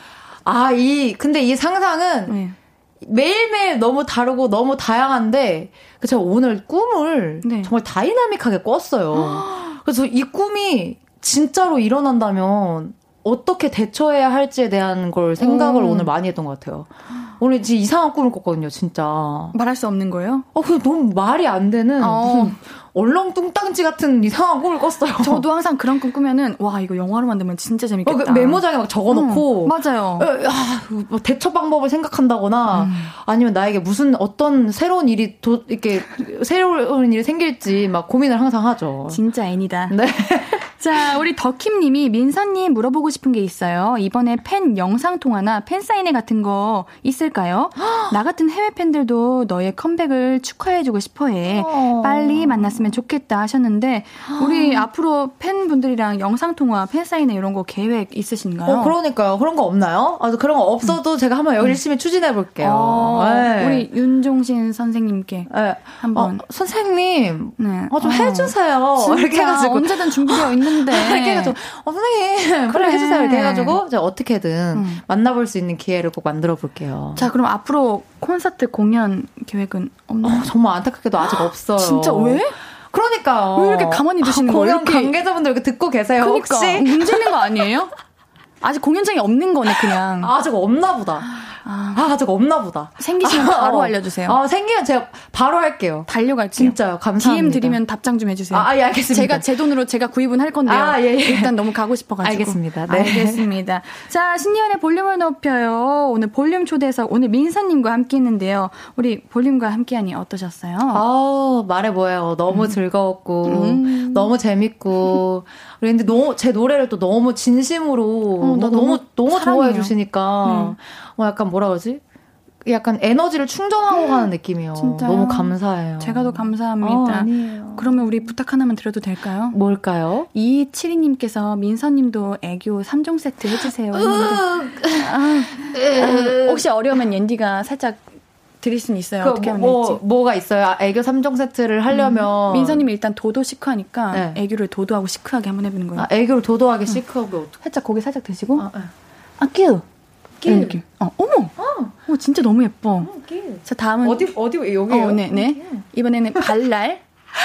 I: 아, 이, 근데 이 상상은 네. 매일매일 너무 다르고 너무 다양한데, 그쵸, 오늘 꿈을 네. 정말 다이나믹하게 <gasps> 꿨어요. 그래서 이 꿈이 진짜로 일어난다면 어떻게 대처해야 할지에 대한 걸 생각을 오. 늘 많이 했던 것 같아요. 오늘 진짜 이상한 꿈을 꿨거든요, 진짜.
A: 말할 수 없는 거예요?
I: 어, 그냥 너무 말이 안 되는 어. 무슨 얼렁뚱땅지 같은 이상한 꿈을 꿨어요. <laughs>
A: 저도 항상 그런 꿈 꾸면은 와 이거 영화로 만들면 진짜 재밌겠다.
I: 어, 메모장에 막 적어놓고
A: 응, 그 음. 맞아요.
I: 아, 대처 방법을 생각한다거나 음. 아니면 나에게 무슨 어떤 새로운 일이 도, 이렇게 새로운 일이 생길지 막 고민을 항상 하죠.
A: 진짜 애니다.
I: <laughs> 네.
A: 자, 우리 덕킴님이 민선님 물어보고 싶은 게 있어요. 이번에 팬 영상 통화나 팬 사인회 같은 거 있을까요? <gasps> 나 같은 해외 팬들도 너의 컴백을 축하해주고 싶어해. 빨리 만났으면 좋겠다 하셨는데
I: <gasps>
A: 우리 앞으로 팬분들이랑 영상 통화, 팬 사인회 이런 거 계획 있으신가요?
I: 어, 그러니까요. 그런 거 없나요? 아, 그런 거 없어도 음. 제가 한번 열심히 음. 추진해 볼게요. 어,
A: 네. 우리 윤종신 선생님께 네. 한번 어.
I: 어, 선생님, 네. 좀 해주세요.
A: 이렇게 해가지고 언제든 준비되어 있는.
I: <laughs> 이렇게 해가지고,
A: <laughs>
I: 어, 선생님, 그래. 그래 해주세요. 이렇게 해가지고, 제가 어떻게든 음. 만나볼 수 있는 기회를 꼭 만들어 볼게요.
A: 자, 그럼 앞으로 콘서트 공연 계획은 없나요?
I: 어, 정말 안타깝게도 아직 없어요.
A: 진짜 왜?
I: 그러니까요.
A: 왜 이렇게 가만히 두시는 거예요?
I: 아, 공연 관계자분들 이렇게 듣고 계세요.
A: 그러니까.
I: 혹시?
A: 문제는 거 아니에요? 아직 공연장이 없는 거네, 그냥.
I: 아, 저거 없나 보다. 아, 아 저거 없나 보다.
A: 생기시면
I: 아, <laughs>
A: 바로 알려주세요.
I: 아, 생기면 제가 바로 할게요.
A: 달려갈게요.
I: 진짜요, 감사합니다.
A: DM 드리면 답장 좀 해주세요.
I: 아, 예, 알겠습니다.
A: 제가 제 돈으로 제가 구입은 할 건데요. 아, 예, 예. 일단 너무 가고 싶어가지고.
I: 알겠습니다. 네.
A: 알겠습니다. 자, 신예은의 볼륨을 높여요. 오늘 볼륨 초대해서 오늘 민서님과 함께 했는데요. 우리 볼륨과 함께하니 어떠셨어요?
I: 아 말해 뭐예요. 너무 음. 즐거웠고, 음. 너무 재밌고. 그런데 너무 제 노래를 또 너무 진심으로 어, 너무 너무, 너무 좋아해 주시니까 음. 어 약간 뭐라 그러지? 약간 에너지를 충전하고 음. 가는 느낌이에요. 진짜요? 너무 감사해요.
A: 제가 더 감사합니다. 어, 그러면 우리 부탁 하나만 드려도 될까요?
I: 뭘까요?
A: 2272님께서 민서님도 애교 3종 세트 해주세요. 아,
I: 그
A: 혹시 어려우면 옌디가 살짝 드릴 수는 있어요. 그, 어떻게 하면
I: 뭐,
A: 될지.
I: 뭐가 있어요? 애교 3종 세트를 하려면.
A: 음. 민서님이 일단 도도 시크하니까 네. 애교를 도도하고 시크하게 한번 해보는 거예요.
I: 아, 애교를 도도하게 응. 시크하게 어떻게.
A: 살짝 고개 살짝 드시고. 아, 네. 아 끼우. 끼우. 느낌. 어, 어머! 어. 어, 진짜 너무 예뻐. 어,
I: 끼우.
A: 자, 다음은.
I: 어디, 어디, 여기요?
A: 어, 네, 네. 끼우. 이번에는 발랄.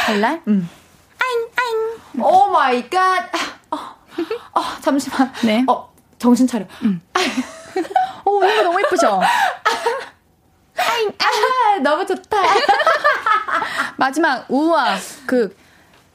A: 발랄. 음.
I: 아잉, 아잉. 오 마이 갓. 어, 어, 잠시만. 네. 어, 정신 차려.
A: <laughs>
I: 음.
A: 오, 어, 이거 너무 <laughs> 예쁘죠?
I: 아잉, 아, 너무 좋다.
A: 마지막 우와 그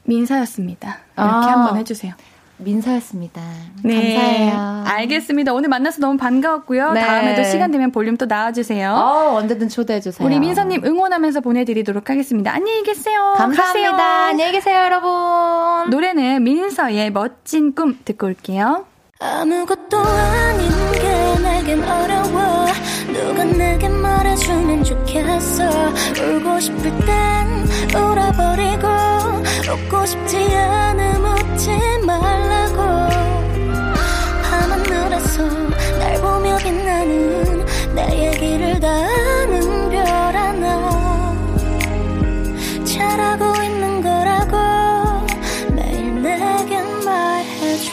A: 민사였습니다. 이렇게 아. 한번 해주세요.
I: 민서였습니다. 네. 감사해요.
A: 알겠습니다. 오늘 만나서 너무 반가웠고요. 네. 다음에도 시간 되면 볼륨 또 나와주세요.
I: 어, 언제든 초대해주세요.
A: 우리 민서님 응원하면서 보내드리도록 하겠습니다. 안녕히 계세요.
I: 감사합니다. 가세요. 안녕히 계세요, 여러분.
A: 노래는 민서의 멋진 꿈 듣고 올게요.
B: 아무것도 아닌 게 내겐 어려워 누가 내게 말해주면 좋겠어 울고 싶을 땐 울어버리고 웃고 싶지 않음 웃지 말라고 밤하늘에서 날 보며 빛나는 내 얘기를 다 아는 별 하나 잘하고 있는 거라고 매일 내겐 말해줘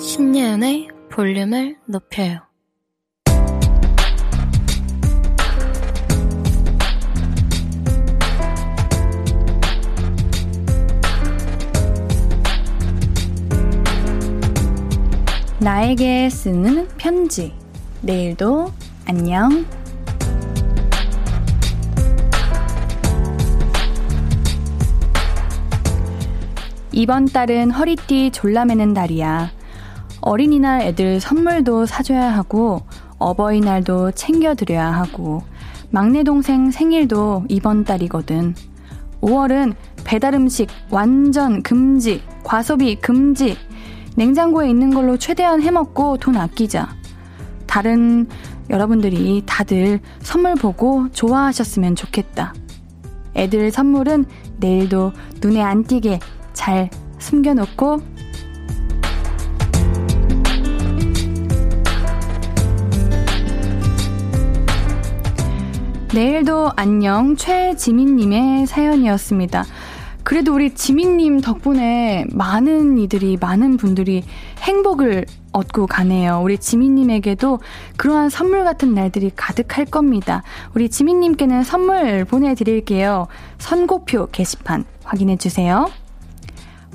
B: 신예은의 볼륨을 높여요.
A: 나에게 쓰는 편지. 내일도 안녕. 이번 달은 허리띠 졸라매는 달이야. 어린이날 애들 선물도 사줘야 하고, 어버이날도 챙겨드려야 하고, 막내 동생 생일도 이번 달이거든. 5월은 배달 음식 완전 금지, 과소비 금지, 냉장고에 있는 걸로 최대한 해먹고 돈 아끼자. 다른 여러분들이 다들 선물 보고 좋아하셨으면 좋겠다. 애들 선물은 내일도 눈에 안 띄게 잘 숨겨놓고
G: 내일도 안녕 최지민님의 사연이었습니다. 그래도 우리 지민님 덕분에 많은 이들이, 많은 분들이 행복을 얻고 가네요. 우리 지민님에게도 그러한 선물 같은 날들이 가득할 겁니다. 우리 지민님께는 선물 보내드릴게요. 선곡표 게시판 확인해주세요.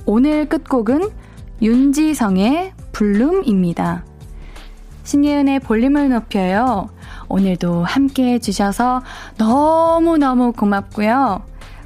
G: 오늘 끝곡은 윤지성의 블룸입니다. 신예은의 볼륨을 높여요. 오늘도 함께 해주셔서 너무너무 고맙고요.